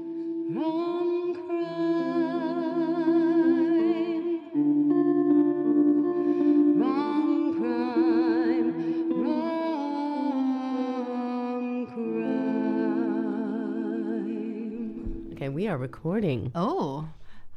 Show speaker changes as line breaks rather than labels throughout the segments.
From crime, from crime, from crime.
Okay, we are recording.
Oh,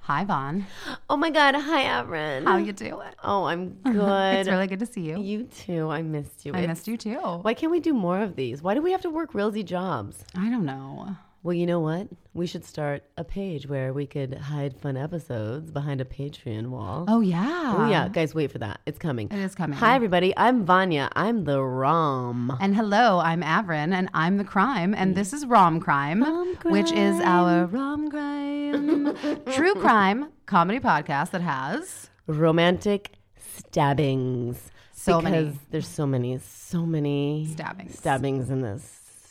hi, Vaughn.
Oh my god, hi Avrin.
How you doing?
Oh, I'm good.
It's really good to see you.
You too. I missed you.
I
It's-
missed you too.
Why can't we do more of these? Why do we have to work realsy jobs?
I don't know.
Well, you know what? We should start a page where we could hide fun episodes behind a Patreon wall.
Oh yeah.
Oh, yeah, guys, wait for that. It's coming.
It is coming.
Hi everybody. I'm Vanya. I'm the ROM.
And hello, I'm Avrin, and I'm the crime, and this is Rom Crime, which is our Rom Crime True Crime comedy podcast that has
Romantic stabbings.
So
because
many.
there's so many, so many
Stabbings.
Stabbings in this.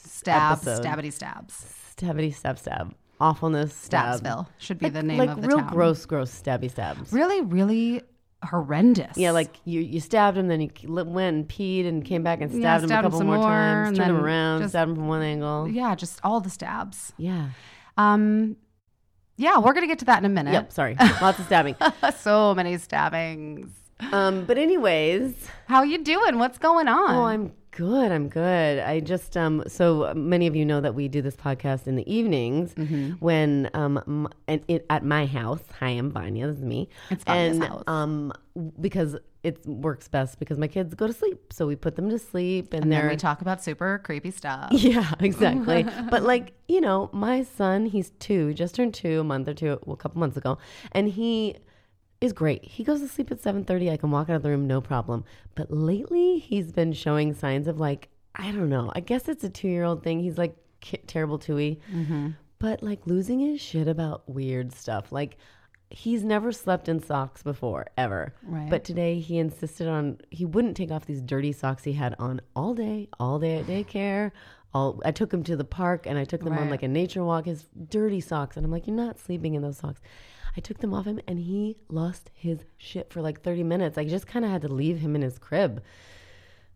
stab,
Episode.
stabbity stabs.
Stabbity stab stab. Awfulness stab.
Stabsville should be the name
like
of the
real
town.
gross, gross stabby stabs.
Really, really horrendous.
Yeah, like you, you stabbed him, then you k- li- went and peed and came back and stabbed
Yeah,
him
stabbed
a
him
couple
some
more,
more,
times,
and
turned him
then
around,
just-
stabbed him from one angle.
yeah, just all the stabs.
Yeah.
Um, yeah, we're gonna get to that in a minute.
Yep. Sorry. Lots of stabbing.
so many stabbings.
Um, but anyways,
How you doing? What's going on?
oh, I'm good. I'm good. I just um, so many of you know that we do this podcast in the evenings
Mm-hmm.
when um, m- and it, at my house. Hi, I'm Vanya. This is me.
It's Vanya's
and,
house.
Um, w- because it works best because my kids go to sleep, so we put them to sleep, and,
and
they're
then we talk about super creepy stuff.
Yeah, exactly. but like, you know, my son, he's two, just turned two a month or two, well, a couple months ago, and he is great. He goes to sleep at seven thirty. I can walk out of the room, no problem. But lately, he's been showing signs of like, I don't know. I guess it's a two-year-old thing. He's like ki- terrible twoy,
Mm-hmm.
but like losing his shit about weird stuff, like. He's never slept in socks before, ever.
Right.
But today he insisted on he wouldn't take off these dirty socks he had on all day, all day at daycare. All I took him to the park and I took them on
Right.
like a nature walk. His dirty socks, and I'm like, you're not sleeping in those socks. I took them off him, and he lost his shit for like 30 minutes. I just kind of had to leave him in his crib.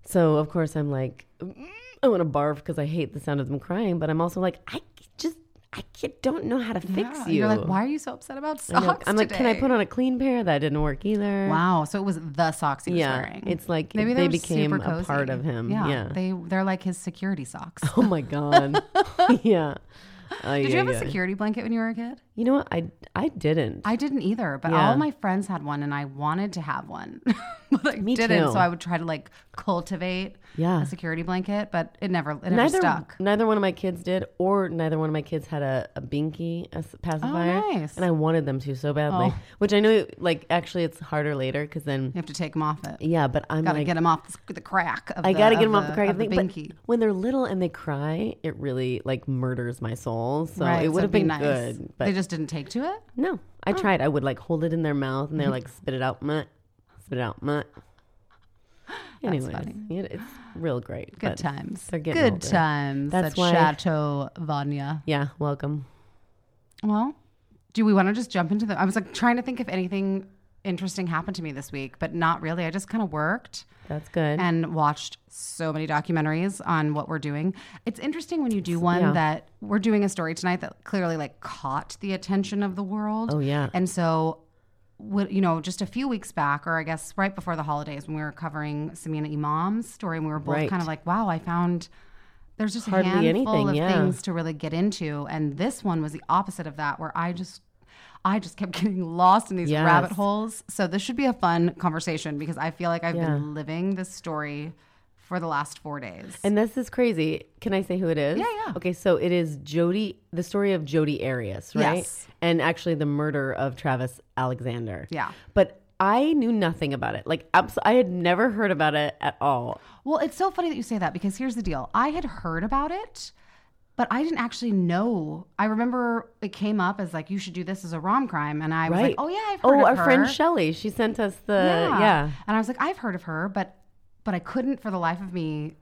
So of course I'm like, "Mm, I want to barf because I hate the sound of them crying, but I'm also like, I just I can't- don't know how to fix
Yeah,
you.
You're like, why are you so upset about
I know.
socks?
I'm like, can I put
today?"
on a clean pair? That didn't work either.
Wow, so it was the socks he was
Mm-hmm. Yeah,
wearing.
it's like
Maybe
they
were
became
super
a part
cozy.
of him.
Yeah,
Yeah.
they they're like his security socks.
Oh my god. yeah. Ay,
Did you have
ay,
a
ay.
security blanket when you were a kid?
You know what? I I didn't.
I didn't either, but
Yeah.
all my friends had one, and I wanted to have one, but I
Me
didn't.
too.
So I would try to like cultivate
Yeah.
a security blanket, but it never it never
neither
stuck.
neither one of my kids did, or neither one of my kids had a, a binky a s- pacifier,
Oh, nice. Oh.
and I wanted them to so badly. Which I know, like actually, it's harder later because then
You have to take them off it.
yeah. But I'm
Gotta
like,
get them off the, sc- the crack. Of
I
the,
gotta get
of
them off the crack of the thing.
binky.
But when they're little and they cry, it really like murders my soul. So
Right,
it
it'd
would have
be
been
nice.
good, but
they just Oh. didn't take to it.
no, I tried. I would like hold it in their mouth, and they're
Mm-hmm.
like spit it out, meh, spit it out, meh. Anyways,
funny.
it- it's real great.
Good
but-
times.
they're getting
Good
older.
times.
That's
at
why-
Chateau Vanya.
Yeah, welcome.
Well, do we want to just jump into the? I was like trying to think if anything interesting happened to me this week, but not really. I just kind of worked
That's good.
and watched so many documentaries on what we're doing. It's interesting when you do one
yeah.
that we're doing a story tonight that clearly like caught the attention of the world.
Oh, yeah.
And so what you know, just a few weeks back, or I guess right before the holidays, when we were covering Samina Imam's story, and we were both
Right.
kind of like, "Wow, I found there's just
Hardly
a handful
anything,
of
yeah.
things to really get into." And this one was the opposite of that, where I just, I just kept getting lost in these
Yes.
rabbit holes. So this should be a fun conversation because I feel like I've
Yeah.
been living this story for the last four days.
And this is crazy. Can I say who it is?
Yeah, yeah.
Okay, so it is Jody, the story of Jody Arias, right?
Yes.
And actually the murder of Travis Alexander.
Yeah.
But I knew nothing about it. Like, abs- I had never heard about it at all.
Well, it's so funny that you say that because here's the deal. I had heard about it, but I didn't actually know. I remember it came up as like you should do this as a rom crime, and I was like, oh yeah, I've heard
Oh,
of
our
her.
friend Shelly. She sent us the, Uh, yeah.
And I was like, I've heard of her, but but I couldn't for the life of me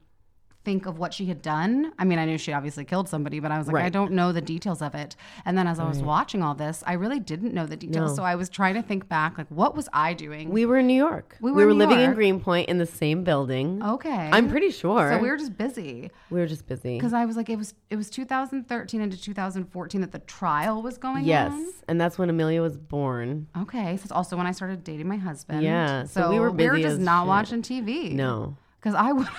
think of what she had done. I mean, I knew she obviously killed somebody, but I was like, I
Right.
don't know the details of it. And then as I was watching all this, I really didn't know the details. So I was trying to think back, like, what was I doing?
We were in New York.
We were in New
living in
York.
Greenpoint in the same building.
okay.
I'm pretty sure.
So we were just busy.
we were just busy.
Because I was like, it was it was 2013 into 2014 that the trial was going
Yes.
on.
And that's when Amelia was born.
Okay, so it's also when I started dating my husband.
Yeah,
so,
so we were busy
just
as
not
shit.
watching TV.
No.
because I would have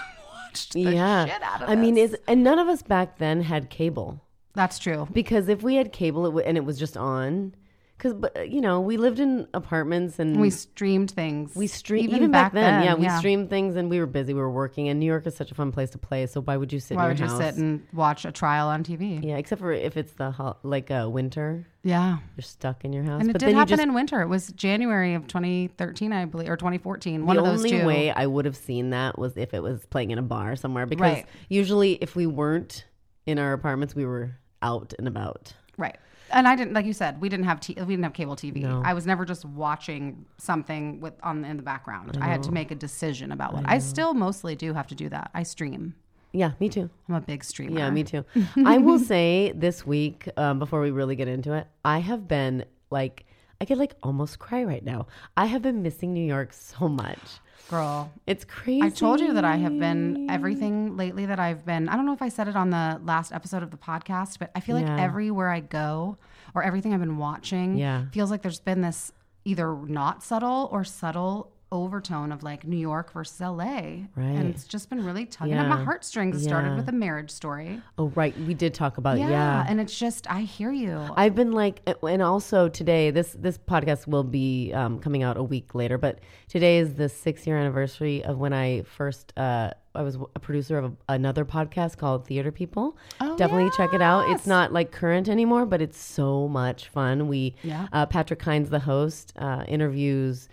watched the
yeah.
shit out of.
I mean,
this.
it's, and none of us back then had cable.
that's true.
because if we had cable it w- and it was just on because but uh, you know we lived in apartments and
We streamed things.
Mm. we stream even, back, then, yeah we streamed things and we were busy we were working and new york is such a fun place to play so why would you sit
Why
in
would
your
you
house
sit and watch a trial on TV? Yeah,
yeah except for if it's the ho- like uh, winter you're stuck in your house
and it
but
did
then
happen
you just
in winter. It was January of 2013, I believe, or 2014. One
the
of those
only
two.
way I would have seen that was if it was playing in a bar somewhere because
Right.
usually if we weren't in our apartments we were out and about.
Right. And I didn't, like you said, we didn't have t- we didn't have cable TV. I was never just watching something with on in the background. I, had to make a decision about what. I, still mostly do have to do that. I stream.
Yeah, me too.
I'm a big streamer.
Yeah, me too. I will say this week, um, before we really get into it, I have been like, I could like almost cry right now. I have been missing New York so much.
girl.
It's crazy.
I told you that I have been everything lately that I've been. I don't know if I said it on the last episode of the podcast, but I feel like
Yeah.
everywhere I go or everything I've been watching
Yeah.
feels like there's been this either not subtle or subtle overtone of like New York versus LA. Right. And it's just been really tugging at my
Yeah.
heartstrings. It started
Yeah.
with a marriage story.
Oh, right. We did talk about
Yeah.
yeah.
And it's just, I hear you.
I've been like, and also today, this this podcast will be um, coming out a week later, but today is the six year anniversary of when I first. Uh, I was a producer of a, another podcast called Theater People. Definitely check it out. It's not like current anymore, but it's so much fun. We
Yeah.
uh, Patrick Hines, the host, uh, interviews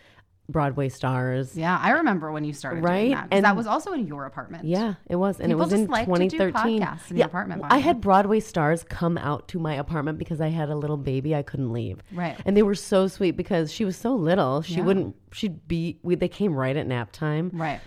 Broadway stars.
yeah. I remember when you started doing
Right?
that. 'cause
And-
that was also in your apartment.
Yeah, it was, and
People
it was
just
in
like to do
2013.
podcasts in your apartment,
well,
Bonnie.
I had Broadway stars come out to my apartment because I had a little baby. I couldn't leave.
Right.
and they were so sweet because she was so little. She wouldn't. She'd be. We, they came right at nap time.
Right.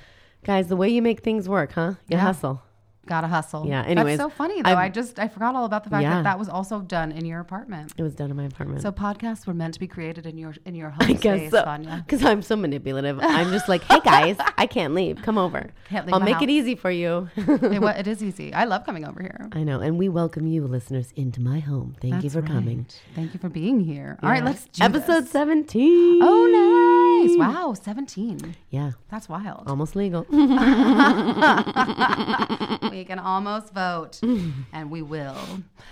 Guys, the way you make things work, huh? You hustle.
Gotta hustle.
Yeah, anyways,
that's so funny though.
I've-
i just I forgot all about the fact that
Yeah.
that was also done in your apartment.
It was done in my apartment.
So podcasts were meant to be created in your in your home space, Sonia.
Because I'm so manipulative. I'm just like, hey guys, I can't leave. Come over.
Can't leave
I'll
my
make
house."
it easy for you.
it, wa- it is easy. I love coming over here.
I know, and we welcome you, listeners, into my home. Thank you
That's
for coming.
right. Thank you for being here. All right, let's do
Episode
this.
17.
Oh, nice! Wow, seventeen.
Yeah,
That's wild.
almost legal.
we can almost vote, and we will.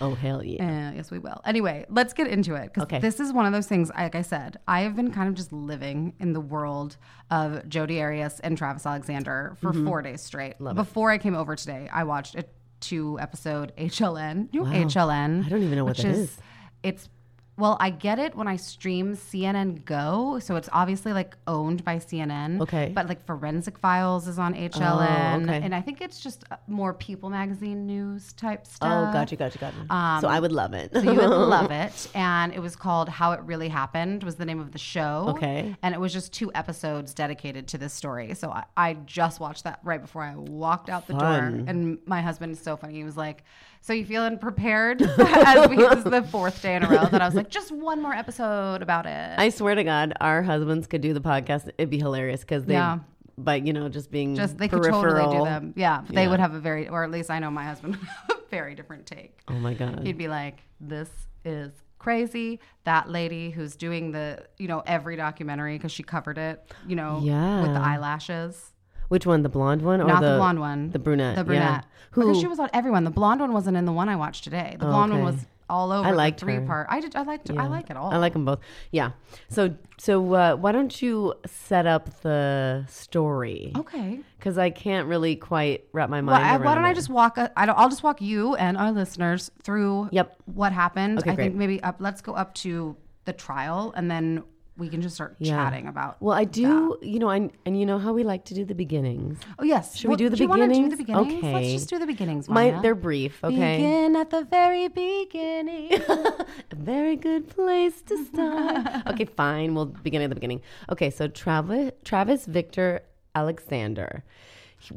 oh, hell yeah.
Uh, yes, we will. Anyway, let's get into it because
Okay.
this is one of those things. Like I said, I have been kind of just living in the world of Jodi Arias and Travis Alexander for
Mm-hmm.
four days straight. Before I came over today, I watched a two episode HLN. You know HLN?
I don't even know what
which
that
is-
is.
It's well, I get it when I stream CNN Go, so it's obviously like owned by CNN.
Okay. Oh,
but like Forensic Files is on HLN,
okay.
and I think it's just uh, more People Magazine news type stuff.
Oh, gotcha, gotcha, gotcha. so I would love it.
uh, um, So you would love it. And it was called How It Really Happened was the name of the show.
Okay.
And it was just two episodes dedicated to this story. So I, I just watched that right before I walked out the door. And my husband is so funny. He was like, so you feeling prepared? As we, this is the fourth day in a row that I was like, just one more episode about it.
I swear to God, our husbands could do the podcast. It'd be hilarious because they,
Yeah.
but you know, just being
just they
peripheral.
could totally do them. Yeah. But they would have a very, or at least I know my husband would have a very different take.
Oh my God.
he'd be like, "This is crazy." That lady who's doing the, you know, every documentary because she covered it, you know, with the
Yeah.
eyelashes,
Which one, the blonde one or
not the,
the,
blonde one,
the brunette?
the
yeah.
brunette. Because
Who? Oh,
she was on everyone. The blonde one wasn't in the one I watched today. The blonde one
okay.
was all over.
I
the
liked
three
her.
part. I did. I liked. I like it all.
I like them both. Yeah. So so uh, why don't you set up the story?
Okay.
Because I can't really quite wrap my
Oh. Well,
mind.
I,
around
why don't I
it.
just walk? uh, I don't, I'll just walk you and our listeners through.
Yep.
What happened?
Okay,
I
great.
think maybe up. Let's go up to the trial, and then we can just start chatting about.
Well, I do. You know, I and you know how we like to do the beginnings.
oh yes.
Should
Well,
we do the
you wanna
beginnings?
do the beginnings?
Okay.
Let's just do the beginnings.
My,
Maya.
they're brief. Okay.
Begin at the very beginning.
A very good place to start. okay, fine. We'll begin at the beginning. Okay, so Travis Travis Victor Alexander.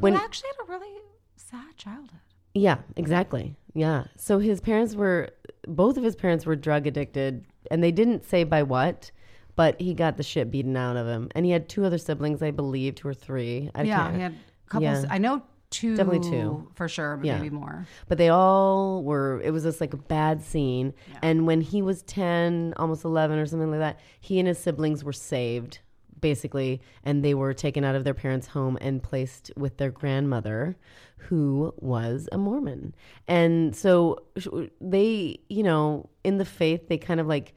When
I actually had a really sad childhood.
yeah, exactly. Yeah. So his parents were both of his parents were drug addicted and they didn't say by what, but he got the shit beaten out of him. And he had two other siblings, I believe, two or three. I
yeah,
can't.
he had a couple.
Yeah.
I know two.
Definitely two.
for sure, but
Yeah.
maybe more.
but they all were it was just like a bad scene and when he was 10 almost 11 or something like that he and his siblings were saved basically and they were taken out of their parents home and placed with their grandmother who was a mormon and so sh- they you know in the faith they kind of like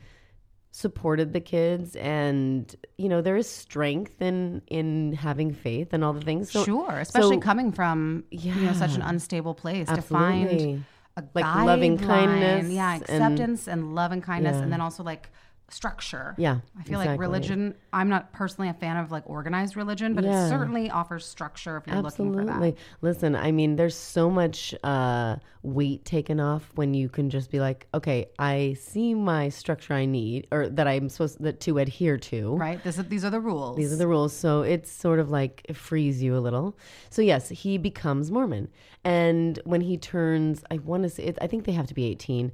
supported the kids and you know there is strength in in having faith and all the things so
sure, especially
so-
coming from you know such an unstable place to
Absolutely.
find a
Like loving
guideline,
kindness
yeah,
and-
acceptance and, loving kindness,
Yeah.
and then also like structure.
Yeah,
I feel like
exactly.
religion. I'm not personally a fan of like organized religion, but
Yeah.
it certainly offers structure if you're looking for that.
Absolutely. Listen, I mean, there's so much uh, weight taken off when you can just be like, okay, I see my structure I need or that I'm supposed that to adhere to.
Right? This is, these are the rules.
These are the rules. So it's sort of like it frees you a little. So yes, he becomes Mormon, and when he turns, I want to say, it, I think they have to be eighteen.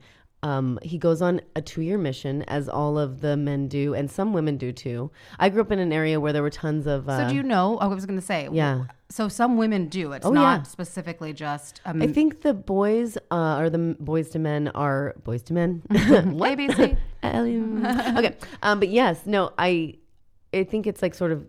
Um, he goes on a two-year mission, as all of the men do, and some women do too. I grew up in an area where there were tons of. Uh,
so do you know? oh, I was going to say.
Yeah.
So some women do. It's
Oh,
not
yeah.
specifically just um, a
I think the boys uh, or the m- boys to men are boys to men. What?
ABC.
Um, okay, um, but yes, no, I, I think it's like sort of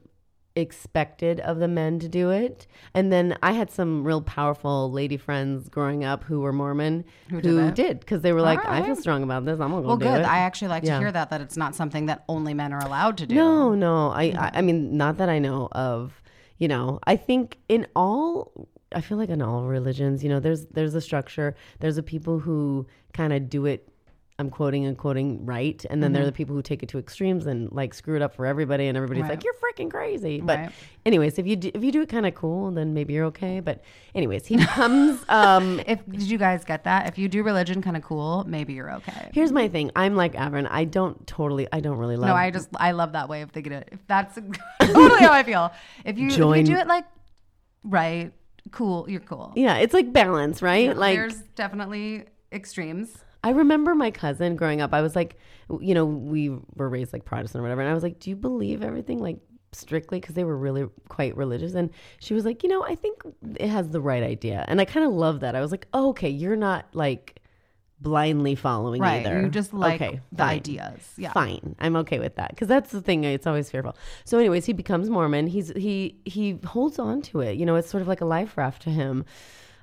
expected of the men to do it, and then I had some real powerful lady friends growing up who were Mormon who did because they were like, I feel strong about this, I'm gonna go
Well,
do
good.
it.
I actually like
Yeah.
to hear that that it's not something that only men are allowed to do.
No, no. I, I, I mean, not that I know of. You know, I think in all, I feel like in all religions, you know, there's there's a structure. There's the people who kind of do it. I'm quoting and quoting right, and then there are
Mm-hmm.
the people who take it to extremes and like screw it up for everybody, and everybody's like, "You're freaking crazy." But,
Right.
anyways, if you do, if you do it kind of cool, then maybe you're okay. But, anyways, he becomes um,
If did you guys get that? If you do religion kind of cool, maybe you're okay.
Here's my thing. I'm like Avern. I don't totally. I don't really love.
No, I just I love that way of thinking it. If that's totally how I feel. If you, if you
Join-
do it like right, cool, you're cool.
Yeah, it's like balance, right? like
There's definitely extremes.
I remember my cousin growing up. I was like, you know, we were raised like Protestant or whatever, and I was like, do you believe everything like strictly? Because they were really quite religious, and she was like, you know, I think it has the right idea, and I kind of love that. I was like, oh, okay, you're not like blindly following
Right.
either.
You just like
Okay,
the
fine.
ideas. Yeah.
Fine, I'm okay with that because that's the thing. It's always fearful. So, anyways, he becomes Mormon. He's he he holds on to it. You know, it's sort of like a life raft to him.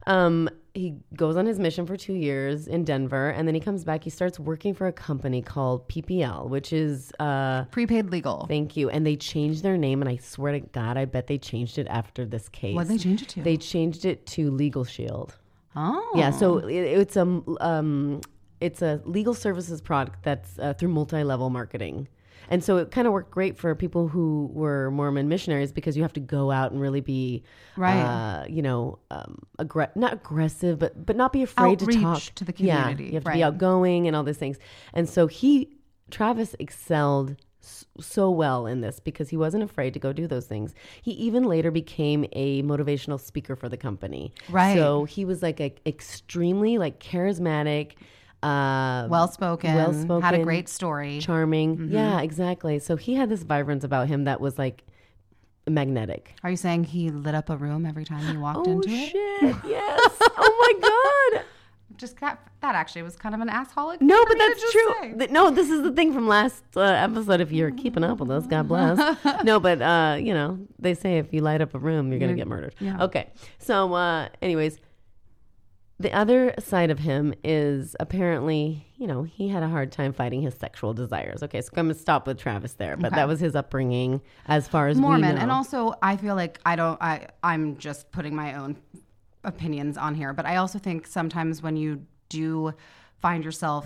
Um, he goes on his mission for two years in Denver, and then he comes back. He starts working for a company called PPL, which is uh,
Prepaid legal.
thank you. And they changed their name, and I swear to God, I bet they changed it after this case.
What would they change it to?
They changed it to Legal Shield.
oh.
Yeah, so it, it's a um, it's a legal services product that's uh, through multi-level marketing. And so it kind of worked great for people who were Mormon missionaries because you have to go out and really be,
Right.
uh, you know, um, aggre- not aggressive, but but not be afraid to
Outreach
talk
to the
Yeah,
community,
you have to
right.
be outgoing and all these things. And so he, Travis, excelled s- so well in this because he wasn't afraid to go do those things. He even later became a motivational speaker for the company.
Right.
So he was like a extremely like charismatic, uh,
Well mm-hmm. spoken.
well-spoken,
Had a great story.
charming. Yeah, exactly. So he had this vibrance about him that was like magnetic.
Are you saying he lit up a room every time he walked into
oh
it?
shit! Yes. oh my god.
Just that that actually was kind of an assholic.
No,
thing for
but
me to
that's
just
true.
say.
Th- No, this is the thing from last uh, episode. If you're keeping up with us, God bless. no, but uh, you know they say if you light up a room, you're gonna get murdered. Okay, so uh, anyways, The other side of him is apparently, you know, he had a hard time fighting his sexual desires. Okay, so I'm going to stop with Travis there, but that was his upbringing as far as we
Mormon,
know.
and also I feel like I don't. I I'm just putting my own opinions on here, but I also think sometimes when you do find yourself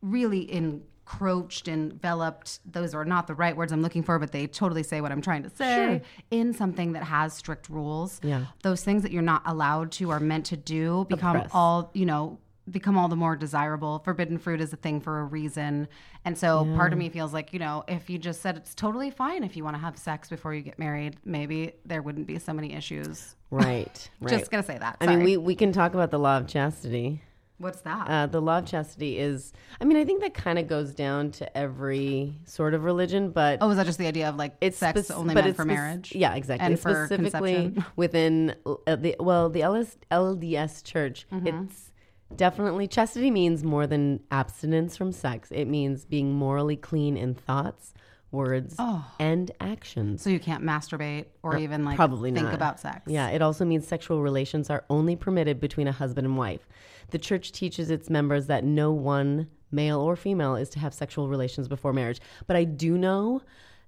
really encroached, enveloped, those are not the right words I'm looking for, but they totally say what I'm trying to say in something that has strict rules.
Yeah.
those things that you're not allowed to or meant to do become all you know become all the more desirable forbidden fruit is a thing for a reason and so part of me feels like you know if you just said it's totally fine if you want to have sex before you get married maybe there wouldn't be so many issues
right, right.
just gonna say that
I mean, we, we can talk about the law of chastity.
what's that
Uh, the law of chastity is, I mean, I think that kind of goes down to every sort of religion, but
oh is that just the idea of like
it's
sex
spec-
only
but
meant
it's
for
spec-
marriage
Yeah, exactly.
and
It's
for
specifically
conception
within uh, the well, the LS, LDS Church,
Mm-hmm.
it's definitely chastity means more than abstinence from sex. It means being morally clean in thoughts, words,
Oh.
and actions.
so you can't masturbate or even like
Probably
think
not.
about sex
Yeah, it also means sexual relations are only permitted between a husband and wife. The church teaches its members that no one, male or female, is to have sexual relations before marriage. But I do know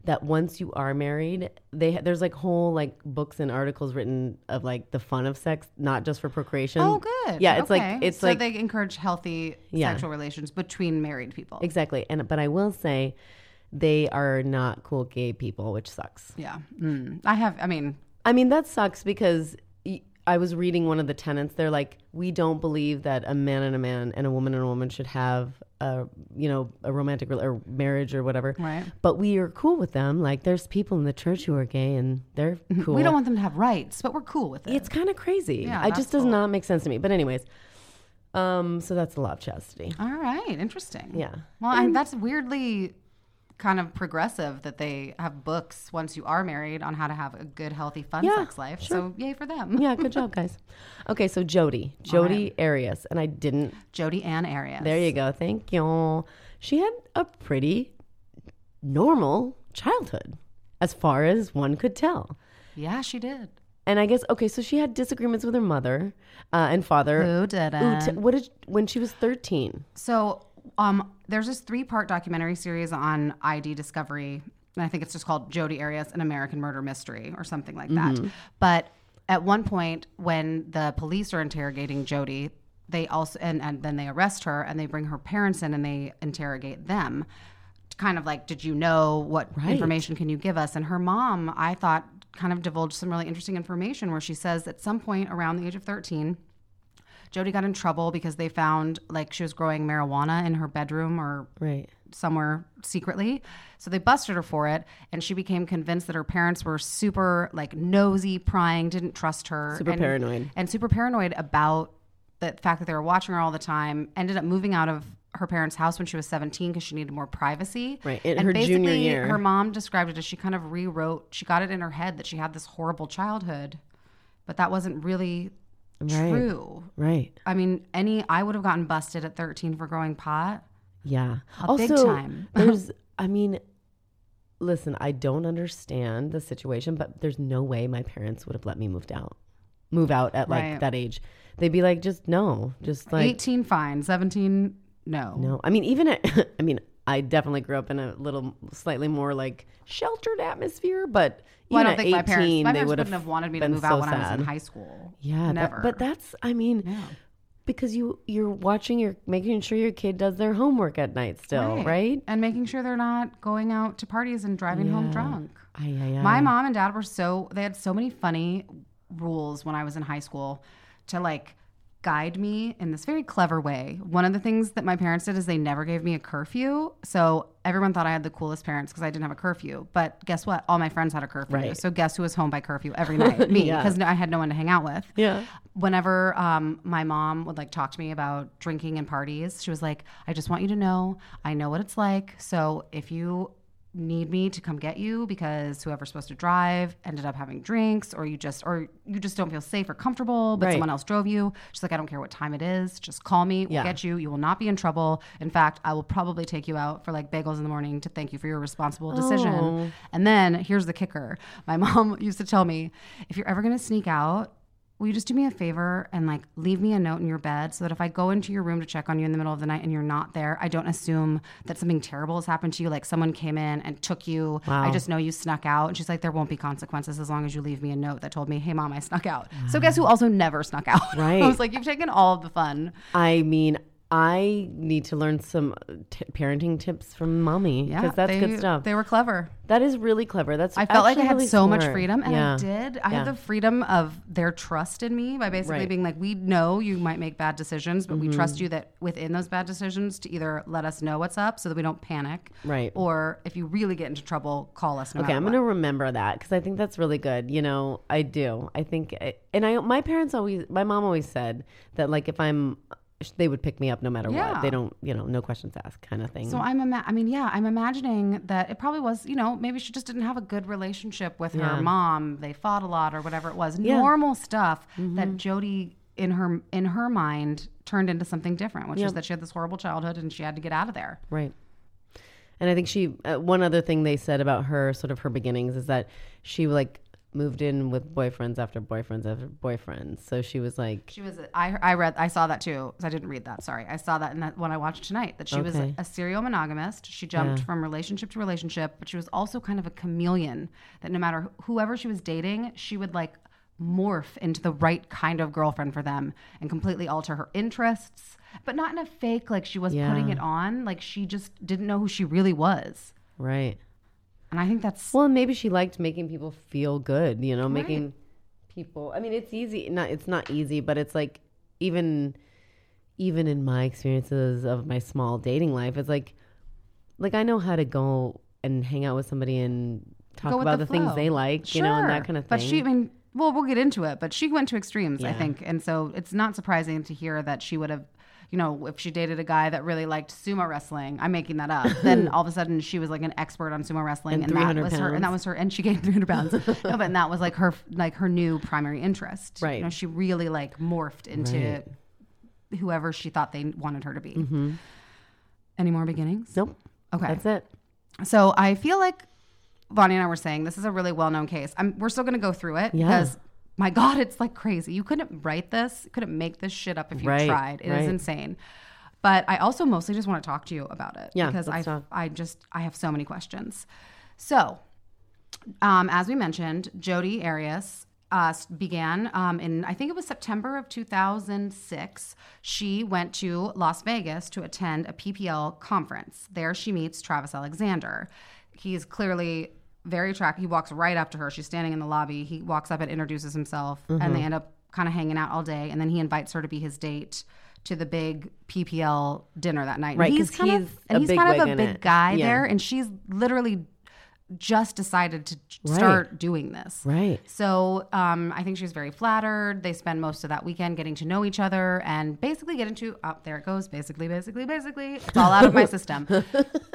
that once you are married, they there's like whole like books and articles written of like the fun of sex, not just for procreation.
Oh, good.
Yeah, it's
Okay.
like it's
so
like
they encourage healthy
Yeah.
sexual relations between married people.
exactly. And but I will say, they are not cool gay people, which sucks.
Yeah, mm. I have. I mean,
I mean, that sucks because y- I was reading one of the tenants. They're like, we don't believe that a man and a man and a woman and a woman should have a you know a romantic rel or marriage or whatever.
Right.
But we are cool with them. Like, there's people in the church who are gay and they're cool.
we don't want them to have rights, but we're cool with it.
It's kind of crazy.
Yeah,
I
that's
just does
cool.
not make sense to me. But anyways, um, so that's the law of chastity.
All right, interesting.
Yeah.
Well, I, that's weirdly kind of progressive that they have books once you are married on how to have a good, healthy, fun
Yeah,
sex life. So yay for them.
Yeah, good job, guys. Okay, so Jody, Jody Arias, and I didn't
Jody Ann Arias.
There you go. Thank you. She had a pretty normal childhood, as far as one could tell.
Yeah, she did.
And I guess okay, so she had disagreements with her mother uh, and father.
Who did
Ooh, t- what did when she was thirteen?
So um, there's this three part documentary series on ID Discovery, and I think it's just called Jodi Arias: An American Murder Mystery or something like that. But at one point, when the police are interrogating Jodi, they also and, and then they arrest her and they bring her parents in and they interrogate them. Kind of like, did you know what information can you give us? And her mom, I thought, kind of divulged some really interesting information where she says at some point around the age of 13, Jody got in trouble because they found like she was growing marijuana in her bedroom or
Right.
somewhere secretly. So they busted her for it and she became convinced that her parents were super like nosy, prying, didn't trust her.
Super
and-
paranoid.
And super paranoid about the fact that they were watching her all the time. Ended up moving out of her parents' house when she was 17 because she needed more privacy.
Right, in
and
her junior
basically,
year.
Her mom described it as she kind of rewrote, she got it in her head that she had this horrible childhood, but that wasn't really true.
Right.
I mean, any I would have gotten busted at 13 for growing pot.
Yeah.
A big time.
there's I mean listen, I don't understand the situation, but there's no way my parents would have let me moved out. Move out at like
Right.
that age. They'd be like, just no. Just like
18 fine, 17 no.
No, I mean even at, I mean I definitely grew up in a little slightly more like sheltered atmosphere, but
Well, I don't
even at
think
18,
my parents my
they
parents
would
wouldn't have wanted me to
been
move out
so
when I was
sad.
in high school.
Yeah, that-
never.
but that's I mean, because you you're watching, you're making sure your kid does their homework at night still, right?
And making sure they're not going out to parties and driving home drunk.
Ay, ay, ay.
My mom and dad were so they had so many funny rules when I was in high school to like guide me in this very clever way. One of the things that my parents did is they never gave me a curfew. So everyone thought I had the coolest parents because I didn't have a curfew. But guess what? All my friends had a curfew.
Right.
So guess who was home by curfew every night? Me,
Yeah.
because I had no one to hang out with
yeah.
whenever um, my mom would like talk to me about drinking and parties, she was like, I just want you to know, I know what it's like. So if you need me to come get you because whoever's supposed to drive ended up having drinks or you just or you just don't feel safe or comfortable but
Right.
someone else drove you she's like i don't care what time it is just call me we'll
Yeah.
get you you will not be in trouble in fact i will probably take you out for like bagels in the morning to thank you for your responsible decision
Oh.
and then here's the kicker my mom used to tell me if you're ever going to sneak out will you just do me a favor and like leave me a note in your bed so that if I go into your room to check on you in the middle of the night and you're not there, I don't assume that something terrible has happened to you, like someone came in and took you. I just know you snuck out. And she's like, there won't be consequences as long as you leave me a note that told me, hey, mom, I snuck out. So guess who also never snuck out? I
Right.
was like, you've taken all of the fun.
I mean, I need to learn some t- parenting tips from mommy because
Yeah,
that's
they,
good stuff.
They were clever.
that is really clever. That's
I felt like I
actually
had
really
so much
smart.
freedom, and
yeah.
I did. I
Yeah.
had the freedom of their trust in me by basically
Right. Mm-hmm.
being like, "We know you might make bad decisions, but we trust you that within those bad decisions to either let us know what's up so that we don't panic,
Right.
Or if you really get into trouble, call us. No
Okay,
matter
I'm
what.
gonna remember that because I think that's really good. You know, I do. I think, I, and I my parents always, my mom always said that like if I'm, they would pick me up no matter what.
Yeah.
They don't, you know, no questions asked kind of thing.
So I'm, ima- I mean, yeah, I'm imagining that it probably was, you know, maybe she just didn't have a good relationship with her mom. They fought a lot or whatever it was. Normal stuff
Mm-hmm.
that Jody in her in her mind turned into something different, which is that she had this horrible childhood and she had to get out of there.
Right. And I think she, uh, one other thing they said about her, sort of her beginnings, is that she like moved in with boyfriends after boyfriends after boyfriends. So she was like,
She was. I I read. I saw that too. 'cause I didn't read that. Sorry, I saw that in that one I watched tonight. That she was
Okay.
a serial monogamist. She jumped from relationship to relationship, but she was also kind of a chameleon. That no matter wh- whoever she was dating, she would like morph into the right kind of girlfriend for them and completely alter her interests, but not in a fake like she was putting it on. Like she just didn't know who she really was.
right.
And I think that's
Well, and maybe she liked making people feel good, you know, making people. I mean, it's easy. Not it's not easy, but it's like even even in my experiences of my small dating life, it's like like I know how to go and hang out with somebody and talk
Go with
about the,
the
things
flow.
they like, you know, and
Sure.
that kind of thing.
But she, I mean, well, we'll get into it, but she went to extremes, I think. And so it's not surprising to hear that she would have, you know, if she dated a guy that really liked sumo wrestling, I'm making that up, then all of a sudden she was like an expert on sumo wrestling
And
and, that
300
was her, and that
pounds.
was her, and she gained 300 pounds. no, but and that was like her, like her new primary interest.
Right.
You know, she really like morphed into whoever she thought they wanted her to be. Any more beginnings?
nope.
Okay.
Mm-hmm. That's it.
So I feel like Bonnie and I were saying this is a really well known case. I'm, we're still going to go through it
Yeah.
because my God, it's like crazy. You couldn't write this, you couldn't make this shit up if you
Right,
tried. It is
right.
insane. But I also mostly just want to talk to you about it
Yeah,
because I,
let's talk.
I just I have so many questions. So, um, as we mentioned, Jodi Arias uh, s- began um, in, I think it was September of 2006. She went to Las Vegas to attend a PPL conference. There she meets Travis Alexander. He is clearly very attractive. He walks right up to her. She's standing in the lobby. He walks up and introduces himself,
Mm-hmm.
and they end up kind of hanging out all day. And then he invites her to be his date to the big PPL dinner that night.
Right,
And he's
'cause
kind
he's
of,
a
and he's
big
kind of
wig
a
in
big
it.
guy
Yeah.
there, and she's literally just decided to
Right.
start doing this.
Right.
So um, I think she was very flattered. They spend most of that weekend getting to know each other and basically get into, oh, there it goes, basically, basically, basically. It's all out of my system.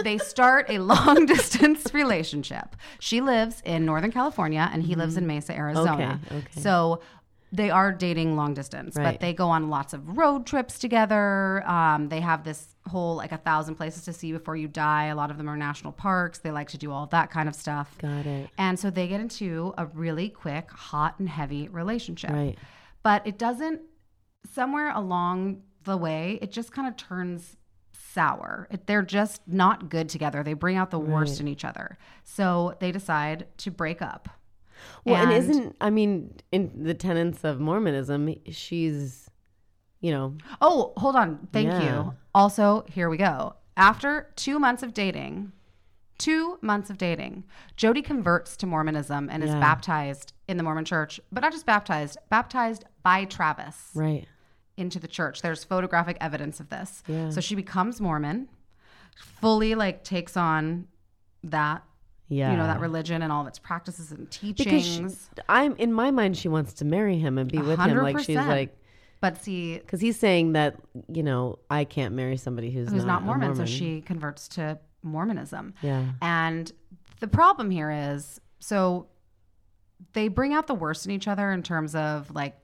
they start a long distance relationship. She lives in Northern California and he lives in Mesa, Arizona.
Mm-hmm. Okay, okay.
So they are dating long distance,
Right.
but they go on lots of road trips together. Um, they have this whole like a thousand places to see before you die. A lot of them are national parks. They like to do all that kind of stuff.
Got it.
And so they get into a really quick, hot and heavy relationship.
Right.
But it doesn't, somewhere along the way, it just kind of turns sour. It, they're just not good together. They bring out the worst in each other. So they decide to break up.
Well, and,
And-
isn't I mean, in the tenets of Mormonism, she's, you know,
Oh, hold on. Thank
Yeah.
you. Also, here we go. After two months of dating, two months of dating, Jody converts to Mormonism and is
Yeah.
baptized in the Mormon church, but not just baptized, baptized by Travis.
right,
into the church. There's photographic evidence of this.
Yeah.
So she becomes Mormon, fully like takes on that,
yeah,
you know, that religion and all of its practices and
because she-
teachings.
I'm in my mind, she wants to marry him and be with him. Like she's
100%.
like,
but see,
because he's saying that you know I can't marry somebody who's,
who's not,
a
Mormon, so she converts to Mormonism.
Yeah.
And the problem here is so they bring out the worst in each other in terms of like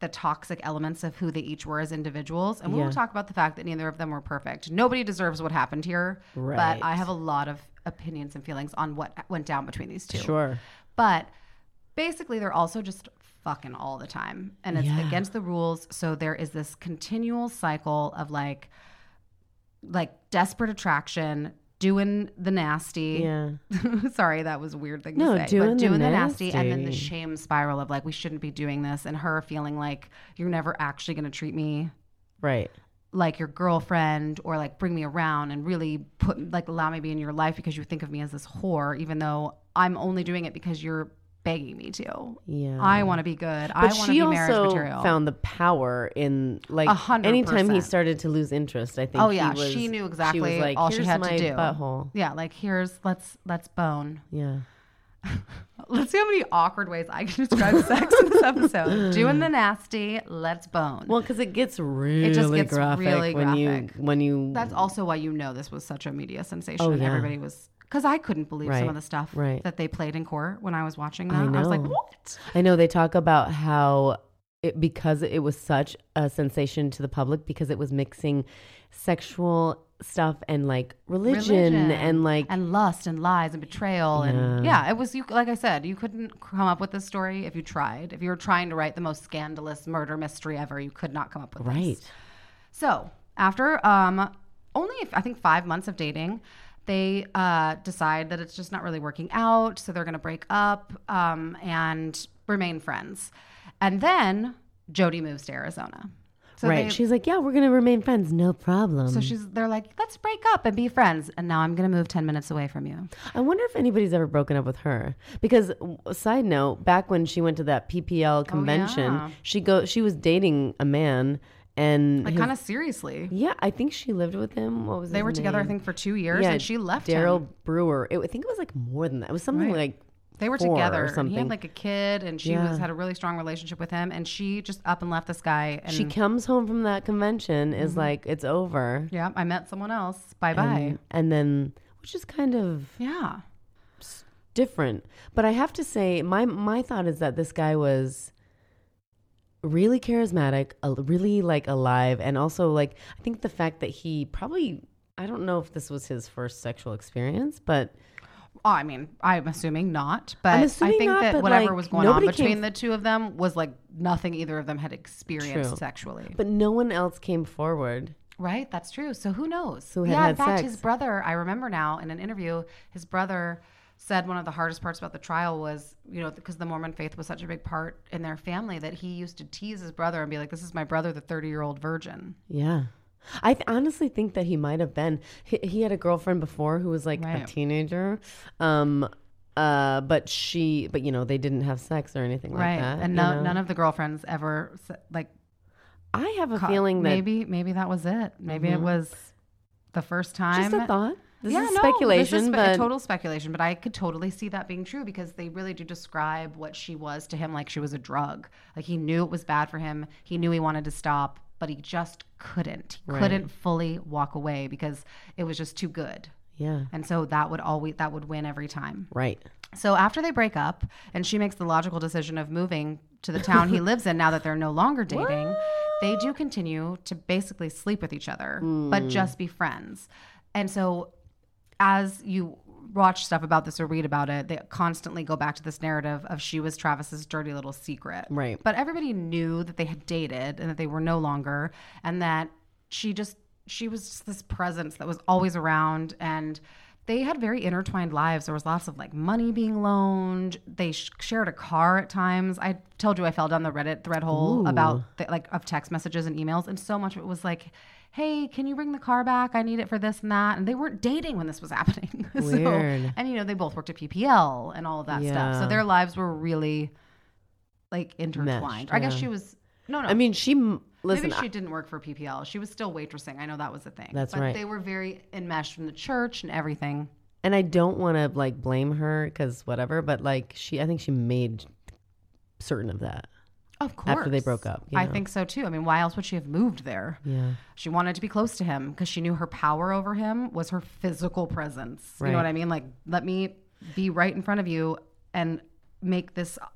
the toxic elements of who they each were as individuals. And we
Yeah.
will talk about the fact that neither of them were perfect. Nobody deserves what happened here.
Right.
But I have a lot of opinions and feelings on what went down between these two.
sure
But basically they're also just fucking all the time and it's
Yeah.
against the rules so there is this continual cycle of like like desperate attraction doing the nasty
Yeah.
sorry that was a weird thing
No,
to say
doing
but
the
doing the nasty. and then the
nasty.
shame spiral of like we shouldn't be doing this and her feeling like you're never actually going to treat me
Right.
like your girlfriend or like bring me around and really put like allow me to be in your life because you think of me as this whore even though i'm only doing it because you're begging me to
Yeah.
i want to be good i
But
want to
she
be marriage
also
material
found the power in like
A hundred
anytime he
percent.
started to lose interest. I think.
oh
he
yeah
was-
she knew exactly
was like,
all she
"Here's
had to
my
do
Butthole.
yeah like here's let's let's bone
Yeah.
let's see how many awkward ways i can describe sex in this episode doing the nasty let's bone
Well, because it gets really
gets
graphic
really
when
graphic.
you when you
That's also why you know this was such a media sensation.
Oh,
and
yeah.
Everybody was because I couldn't believe
Right,
some of the stuff
right.
that they played in court when I was watching that.
I
I, was like,
know.
what?
I know they talk about how it because it was such a sensation to the public because it was mixing sexual stuff and like religion, and like
and lust and lies and betrayal and yeah, it was you. Like I said, you couldn't come up with this story if you tried. If you were trying to write the most scandalous murder mystery ever, you could not come up with this.
right.
So after um, only I think five months of dating, they uh, decide that it's just not really working out, so they're going to break up um, and remain friends. And then Jody moves to Arizona. So
right.
they-
She's like, yeah, we're gonna remain friends, no problem.
so she's they're like, let's break up and be friends. And now I'm going to move ten minutes away from you.
I wonder if anybody's ever broken up with her because w- side note, back when she went to that PPL convention,
Oh, yeah.
she go she was dating a man and
Like
his-
kind of seriously,
yeah, I think she lived with him. What was
they
his
were together I
name?
think for two years, and she left
Daryl
him.
Brewer. It, I think it was like more than that. It was something like
They were
four
together.
or
and he
something.
had like a kid, and she
Yeah.
was had a really strong relationship with him. And she just up and left this guy. And
she comes home from that convention is like it's over.
Yeah, I met someone else. Bye bye.
And, and then which is kind of
Yeah.
different. But I have to say my my thought is that this guy was really charismatic, a- really like alive and also like I think the fact that he probably I don't know if this was his first sexual experience, but
Oh, I mean, I'm assuming not, but
I'm
i
assuming
think
not,
that
but,
whatever
like,
was going on
nobody came
between the two of them was like nothing either of them had experienced
True.
sexually.
but no one else came forward.
right? That's true. So who knows?
Who had
yeah, in
had
fact,
sex.
his brother, I remember now in an interview, his brother said one of the hardest parts about the trial was, you know, because the Mormon faith was such a big part in their family that he used to tease his brother and be like, this is my brother, the 30 year old virgin.
Yeah. I th- honestly think that he might have been. He, he had a girlfriend before who was like a
Right.
teenager. Um uh but she but you know they didn't have sex or anything
right.
like that.
and
you
no,
know?
none of the girlfriends ever, s- like,
I have a
co-
feeling that Mm-hmm.
maybe maybe that was it. Maybe it was the first time.
just a thought. This
yeah,
is
no,
speculation,
this is spe-
but
total speculation. But I could totally see that being true because they really do describe what she was to him like she was a drug. Like he knew it was bad for him. He knew he wanted to stop, but he just couldn't. He couldn't fully walk away because it was just too good.
yeah,
And so that would always that would win every time.
right.
So after they break up, and she makes the logical decision of moving to the town he lives in now that they're no longer dating, they do continue to basically sleep with each other, but just be friends. And so as you watch stuff about this or read about it, they constantly go back to this narrative of she was Travis's dirty little secret.
Right.
But everybody knew that they had dated and that they were no longer and that she just she was just this presence that was always around and they had very intertwined lives. There was lots of like money being loaned. They sh- shared a car at times. I told you I fell down the Reddit thread hole about the, like of text messages and emails, and so much of it was like, "Hey, can you bring the car back? I need it for this and that." And they weren't dating when this was happening. So-
Weird.
and you know, they both worked at PPL and all of that stuff.
Yeah.
So their lives were really like intertwined. I guess
yeah.
she was no, no.
I mean, she m- listen.
Maybe she
I-
didn't work for PPL. She was still waitressing. I know that was a thing.
That's
but
right.
They were very enmeshed in the church and everything.
and I don't want to like blame her because whatever, but like she, I think she made certain of that.
Of course.
After they broke up, you
I
know.
think so too. I mean, why else would she have moved there?
Yeah,
She wanted to be close to him because she knew her power over him was her physical presence. You
Right.
know what I mean? Like, let me be right in front of you and make this uh,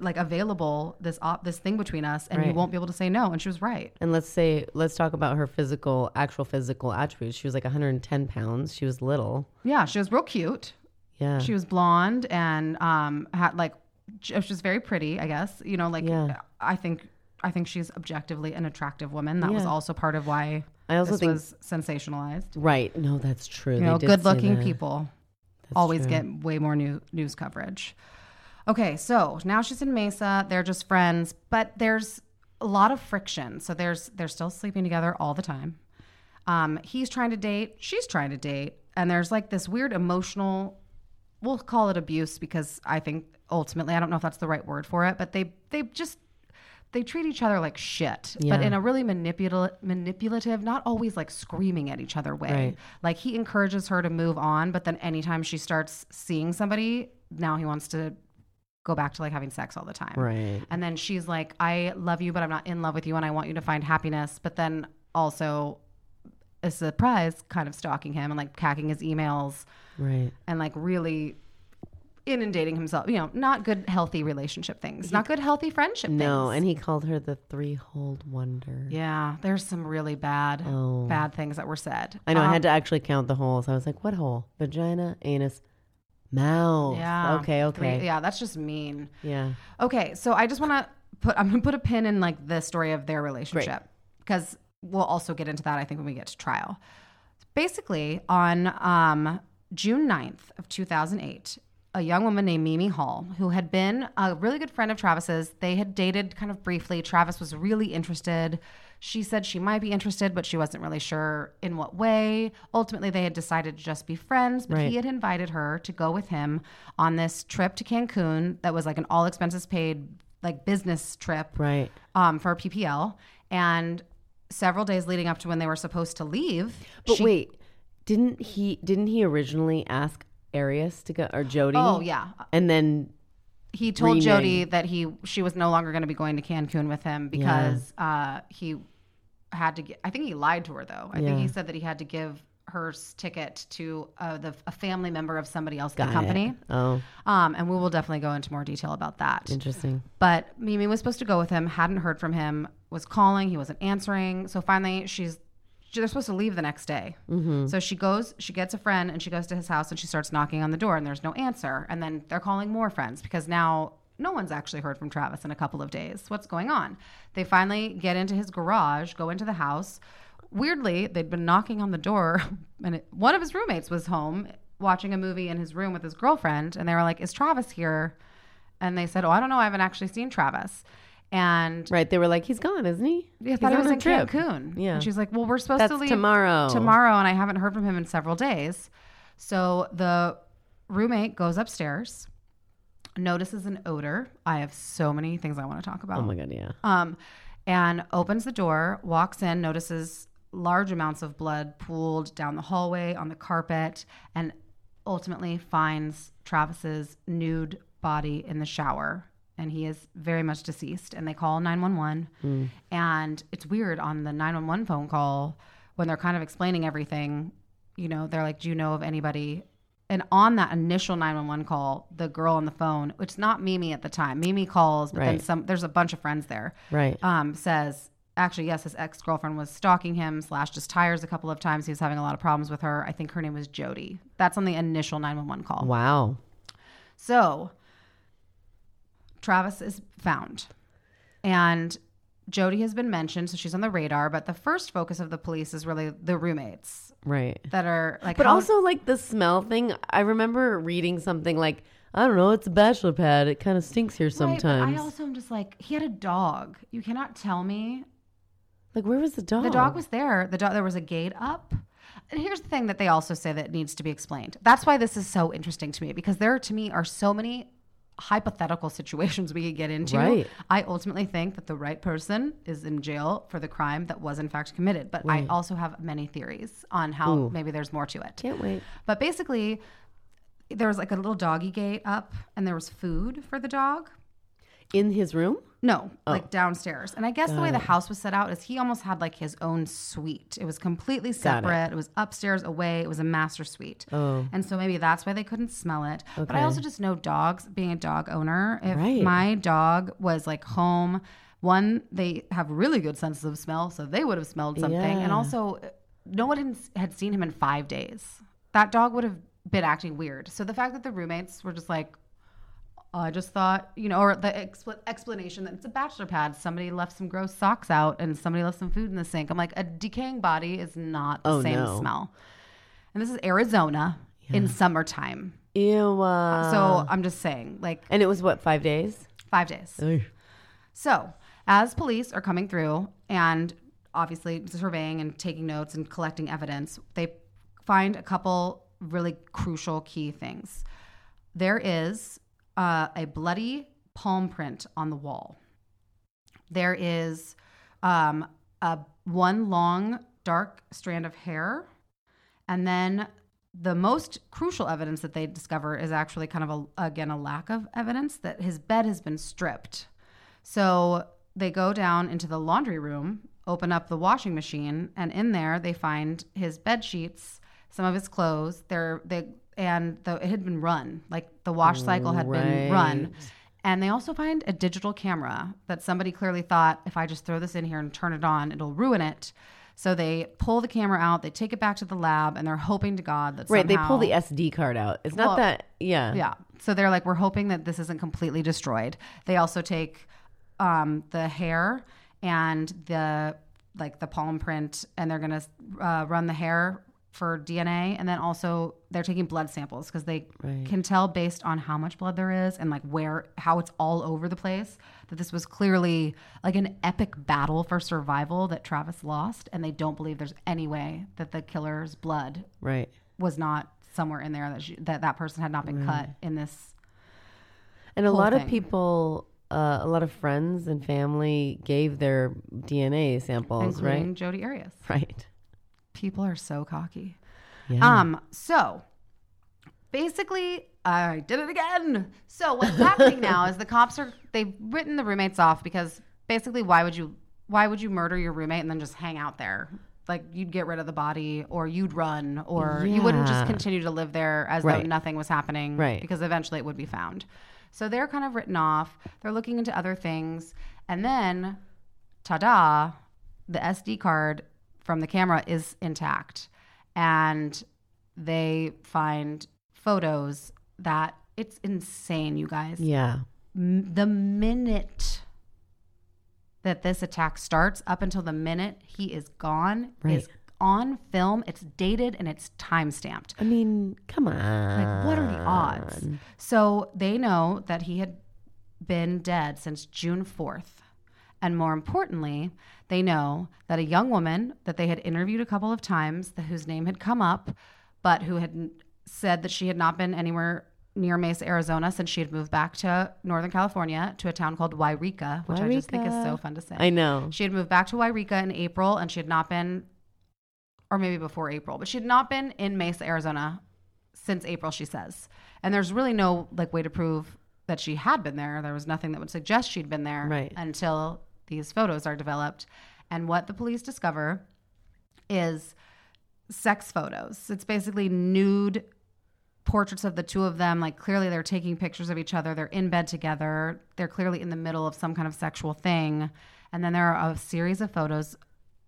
like available this op- this thing between us, and you
Right.
won't be able to say no. And she was right.
and let's say let's talk about her physical, actual physical attributes. She was like 110 pounds. She was little.
Yeah, she was real cute.
Yeah,
She was blonde and um had like she was just very pretty, I guess. You know, like
Yeah.
I think I think she's objectively an attractive woman. That was
Yeah.
also part of why
I also
this
think-
was sensationalized.
Right. No, that's true.
You
They
know,
did say
good-looking
that.
people always
true.
get way more new, news coverage. Okay, so now she's in Mesa. They're just friends, but there's a lot of friction. So there's they're still sleeping together all the time. Um, he's trying to date, she's trying to date, and there's like this weird emotional. We'll call it abuse because I think ultimately I don't know if that's the right word for it, but they they just they treat each other like shit, but in a really manipulative, manipulative, not always like screaming at each other way.
Right.
Like he encourages her to move on, but then anytime she starts seeing somebody, now he wants to go back to like having sex all the time.
Right.
And then she's like, I love you, but I'm not in love with you, and I want you to find happiness. But then also, a surprise, kind of stalking him and like hacking his emails
Right.
and like really inundating himself. You know, not good, healthy relationship things, not good, healthy friendship
No,
things.
and he called her the three-holed wonder.
yeah, there's some really bad,
Oh.
bad things that were said.
I know. I
Um,
had to actually count the holes. I was like, what hole? Vagina, anus, mouth.
Um, Yeah.
Okay.
Three-
Okay.
yeah, that's just mean.
yeah.
Okay, so I just want to put I'm going to put a pin in like the story of their relationship because we'll also get into that I think when we get to trial. Basically, on um, June 9th of 2008, a young woman named Mimi Hall, who had been a really good friend of Travis's, they had dated kind of briefly. Travis was really interested. She said she might be interested, but she wasn't really sure in what way. Ultimately, they had decided to just be friends, but
Right.
he had invited her to go with him on this trip to Cancun that was like an all expenses paid like business trip
Right.
um, for PPL. And several days leading up to when they were supposed to leave,
But
she-
wait, didn't he? Didn't he originally ask Arius to go or Jody?
oh yeah,
And then
he told
Rename.
Jody that he she was no longer going to be going to Cancun with him because uh, he had to. Get, I think he lied to her though. I think
Yeah.
he said that he had to give her s- ticket to uh, the a family member of somebody else in the company.
Oh,
Um, and we will definitely go into more detail about that.
interesting.
But Mimi was supposed to go with him, hadn't heard from him, was calling, he wasn't answering. So finally, she's they're supposed to leave the next day. So she goes, she gets a friend, and she goes to his house and she starts knocking on the door, and there's no answer. And then they're calling more friends because now no one's actually heard from Travis in a couple of days. What's going on? They finally get into his garage, go into the house. Weirdly, they'd been knocking on the door, and it, one of his roommates was home watching a movie in his room with his girlfriend, and they were like, "Is Travis here?" And they said, "Oh, I don't know. I haven't actually seen Travis." And
Right. They were like, he's gone, isn't he?
I
He's
thought he
on
was
a
in
trip."
Cancun.
Yeah.
And she's like, well, we're supposed to
That's
leave
tomorrow.
Tomorrow, and I haven't heard from him in several days. So the roommate goes upstairs, notices an odor. I have so many things I want to talk about.
Oh my god. Yeah.
Um, and opens the door, walks in, notices large amounts of blood pooled down the hallway on the carpet, and ultimately finds Travis's nude body in the shower. And he is very much deceased. And they call 911. And it's weird on the 911 phone call when they're kind of explaining everything, you know, they're like, Do you know of anybody? And on that initial 911 call, the girl on the phone, it's not Mimi at the time. Mimi calls, but then
Right.
some there's a bunch of friends there
Right.
um, says actually yes his ex-girlfriend was stalking him slashed his tires a couple of times he was having a lot of problems with her i think her name was jody that's on the initial 911 call
wow.
so travis is found and jody has been mentioned so she's on the radar but the first focus of the police is really the roommates
Right.
that are like
But
how-
also like the smell thing. I remember reading something like, I don't know, it's a bachelor pad. It kind of stinks here
Right, but
sometimes.
i also am just like he had a dog you cannot tell me
like, where was the dog?
The dog was there. The dog there was a gate up. And here's the thing that they also say that needs to be explained. That's why this is so interesting to me because there to me are so many hypothetical situations we could get into.
Right.
I ultimately think that the right person is in jail for the crime that was in fact committed, but I also have many theories on how maybe there's more to it.
Can't wait.
But basically there was like a little doggy gate up and there was food for the dog.
in his room.
No,
Oh.
like downstairs. And I guess the way the house was set out is he almost had like his own suite. It was completely separate. It. was upstairs away. It was a master suite.
Oh.
And so maybe that's why they couldn't smell it. But I
Okay.
also just know dogs, being a dog owner, if
Right.
my dog was like home, one, they have really good senses of smell, so they would have smelled something. And
Yeah.
also, no one had- had seen him in five days. That dog would have been acting weird. So the fact that the roommates were just like, "Oh, I just thought, you know, or the expl- explanation that it's a bachelor pad. Somebody left some gross socks out and somebody left some food in the sink. I'm like, a decaying body is not the
Oh,
same
no.
smell. And this is Arizona in summertime.
Ew. Uh,
so I'm just saying, like
and it was what five days?
five days. So, as police are coming through and obviously surveying and taking notes and collecting evidence, they find a couple really crucial key things. There is uh, a bloody palm print on the wall. There is um, a one long dark strand of hair, and then the most crucial evidence that they discover is actually kind of a, again a lack of evidence that his bed has been stripped. So they go down into the laundry room, open up the washing machine, and in there they find his bed sheets, some of his clothes. There they and the, it had been run, like the wash cycle had been run. And they also find a digital camera that somebody clearly thought if I just throw this in here and turn it on, it'll ruin it. So they pull the camera out, they take it back to the lab, and they're hoping to God that
Right. They pull
somehow-
the SD card out. It's not
Well,
that. Yeah.
yeah. So they're like, we're hoping that this isn't completely destroyed. They also take um, the hair and the like the palm print, and they're gonna uh, run the hair for DNA, and then also they're taking blood samples because they can tell based on how much blood there is and like where how it's all over the place that this was clearly like an epic battle for survival that Travis lost, and they don't believe there's any way that the killer's blood
Right.
was not somewhere in there that she, that that person had not been cut in this.
And a
whole
lot of
thing.
people, uh, a lot of friends and family gave their DNA samples,
including
right?
Jodi Arias.
Right.
People are so cocky.
Yeah.
Um. So basically, I did it again. So what's happening now is the cops are they've written the roommates off because basically, why would you why would you murder your roommate and then just hang out there? Like you'd get rid of the body, or you'd run, or you wouldn't just
Yeah.
continue to live there as
Right.
though nothing was happening,
Right.
Because eventually it would be found. So they're kind of written off. They're looking into other things, and then ta-da, the SD card from the camera is intact. And they find photos that it's insane, you guys.
yeah.
M- the minute that this attack starts up until the minute he is gone
Right.
is on film, it's dated and it's time stamped.
I mean, come on.
Like, what are the
Ah.
odds? So they know that he had been dead since June 4th. And more importantly, they know that a young woman that they had interviewed a couple of times, th- whose name had come up, but who had n- said that she had not been anywhere near Mesa, Arizona, since she had moved back to Northern California to a town called Wairika, which I just think is so
Wairika.
fun to say.
I know.
She had moved back to Wairika in April and she had not been, or maybe before April, but she had not been in Mesa, Arizona since April, she says. And there's really no like way to prove that she had been there. There was nothing that would suggest she'd been there
Right.
until these photos are developed. And what the police discover is sex photos. It's basically nude portraits of the two of them. Like clearly they're taking pictures of each other. They're in bed together. They're clearly in the middle of some kind of sexual thing. And then there are a series of photos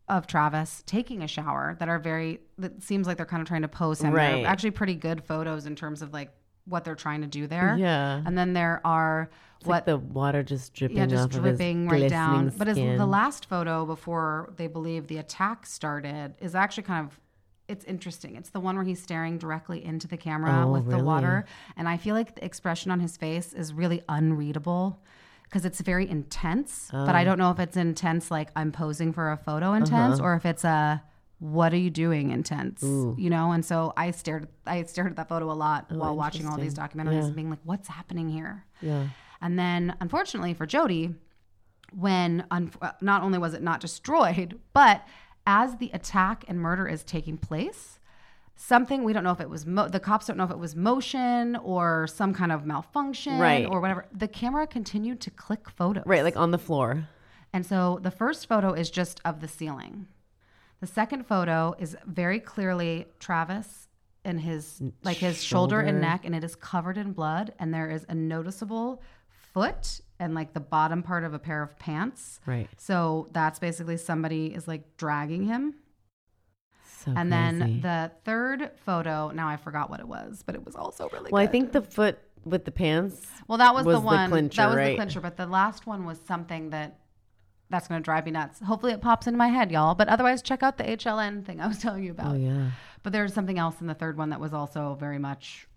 of Travis taking a shower that are very that seems like they're kind of trying to pose him.
Right.
They're actually pretty good photos in terms of like what they're trying to do there.
Yeah.
And then there are
It's
what
like the water just dripping
yeah, just
off of his
dripping right down.
glistening
But as
skin.
the last photo before they believe the attack started is actually kind of it's interesting. It's the one where he's staring directly into the camera
Oh,
with the
really?
water, and I feel like the expression on his face is really unreadable because it's very intense. But
Oh.
I don't know if it's intense like I'm posing for a photo intense
Uh-huh.
or if it's a what are you doing intense you know and so i stared i stared at that photo a lot
Oh,
while watching all these documentaries and being like what's happening here
yeah.
and then, unfortunately for Jody, when un- not only was it not destroyed, but as the attack and murder is taking place, something we don't know if it was mo- the cops don't know if it was motion or some kind of malfunction
Right.
or whatever. The camera continued to click photos.
Right, like on the floor.
And so the first photo is just of the ceiling. The second photo is very clearly Travis and his like his shoulder. and
shoulder.
neck and it is covered in blood and there is a noticeable foot and like the bottom part of a pair of pants.
Right.
So that's basically somebody is like dragging him.
So
and
crazy.
then the third photo, now I forgot what it was, but it was also really
Well, I
good.
think the foot with the pants.
uh, Well, that was,
was
the
the
one.
clincher,
that was
right?
the clincher. But the last one was something that that's going to drive me nuts. Hopefully, it pops into my head, y'all. But otherwise, check out the HLN thing I was telling you about.
Oh yeah.
But there's something else in the third one that was also very much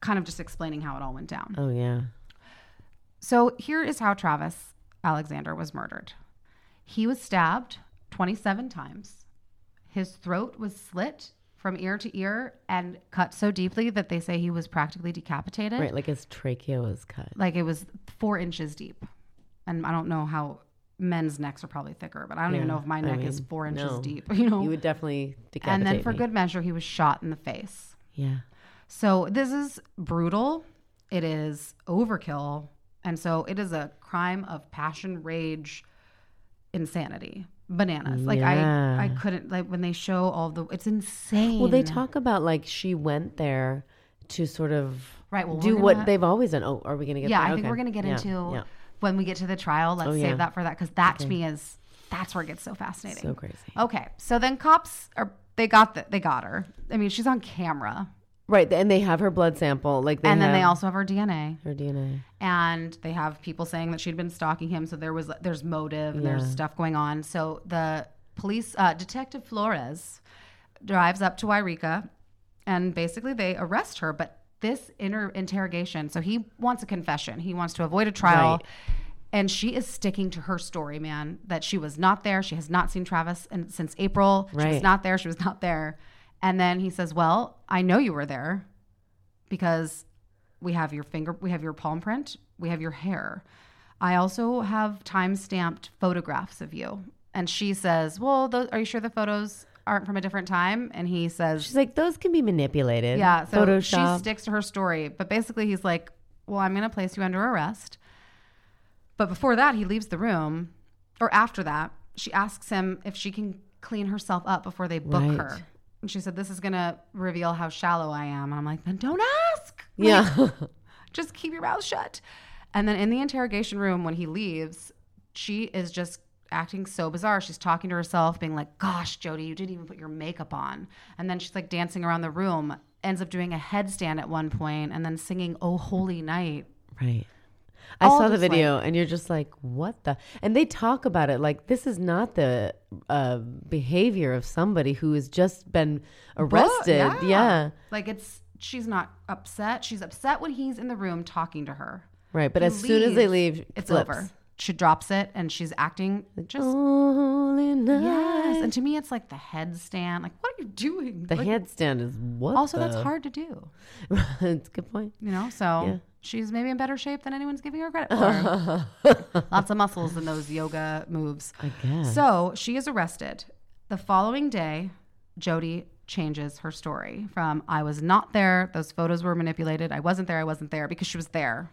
kind of just explaining how it all went down.
Oh yeah.
So here is how Travis Alexander was murdered. He was stabbed 27 times. His throat was slit from ear to ear and cut so deeply that they say he was practically decapitated.
Right, like his trachea was cut.
Like it was four inches deep. And I don't know how men's necks are probably thicker, but I don't even know if my
I
neck is
mean,
four inches
no.
deep. You know?
You would definitely decapitate
Oh. and then for
me.
good measure, he was shot in the face.
Yeah.
So this is brutal. It is overkill. And so it is a crime of passion, rage, insanity. Bananas. Like
Yeah.
I I couldn't like when they show all the it's insane.
Well, they talk about like she went there to sort of
Right, well, we're
do what
gonna-
they've always done. Oh, are we going to get?
Yeah,
there?
I think
Okay.
we're gonna get
Yeah,
into
yeah.
when we get to the trial. Let's
Oh,
save
yeah.
that for that because that to me is that's where it gets so fascinating.
so crazy.
Okay. So then cops are they got the, they got her. I mean, she's on camera.
Right, and they have her blood sample, like they
and then they
have
also have her DNA.
her DNA.
and they have people saying that she'd been stalking him so there was there's motive and there's stuff going on so the police uh, detective flores drives up to Wairika and basically they arrest her but this inner interrogation so he wants a confession he wants to avoid a trial
Right.
and she is sticking to her story man that she was not there she has not seen travis and since april she was
Right.
not there she was not there and then he says well i know you were there because we have your finger we have your palm print we have your hair i also have time stamped photographs of you and she says well those, are you sure the photos aren't from a different time and he says
She's like, those can be manipulated.
yeah so
Photoshop.
she sticks to her story but basically he's like well i'm going to place you under arrest but before that he leaves the room or after that she asks him if she can clean herself up before they book
Right.
her and she said this is going to reveal how shallow i am and i'm like then don't ask
yeah.
just keep your mouth shut. And then in the interrogation room, when he leaves, she is just acting so bizarre. She's talking to herself, being like, Gosh, Jody, you didn't even put your makeup on. And then she's like dancing around the room, ends up doing a headstand at one point, and then singing Oh Holy Night.
right. I
All
saw the
just, like-
video, and you're just like, what the? And they talk about it like this is not the uh, behavior of somebody who has just been arrested.
Bro-
yeah.
Like it's, she's not upset. She's upset when he's in the room talking to her.
Right, but
He
as soon as they
leaves,
leave,
it's
flips. "Oh,
over. She drops it and she's acting just.
Holy night.
Yes, and to me, it's like the headstand. Like, what are you doing?
The
Like,
handstand is what?
Also, that's
the-
hard to do,
it's a good point.
you know? So she's maybe in better shape than anyone's giving her credit for. Lots of muscles in those yoga moves. I
guess.
So she is arrested. The following day, Jody changes her story from I was not there, those photos were manipulated, I wasn't there, I wasn't there because she was there,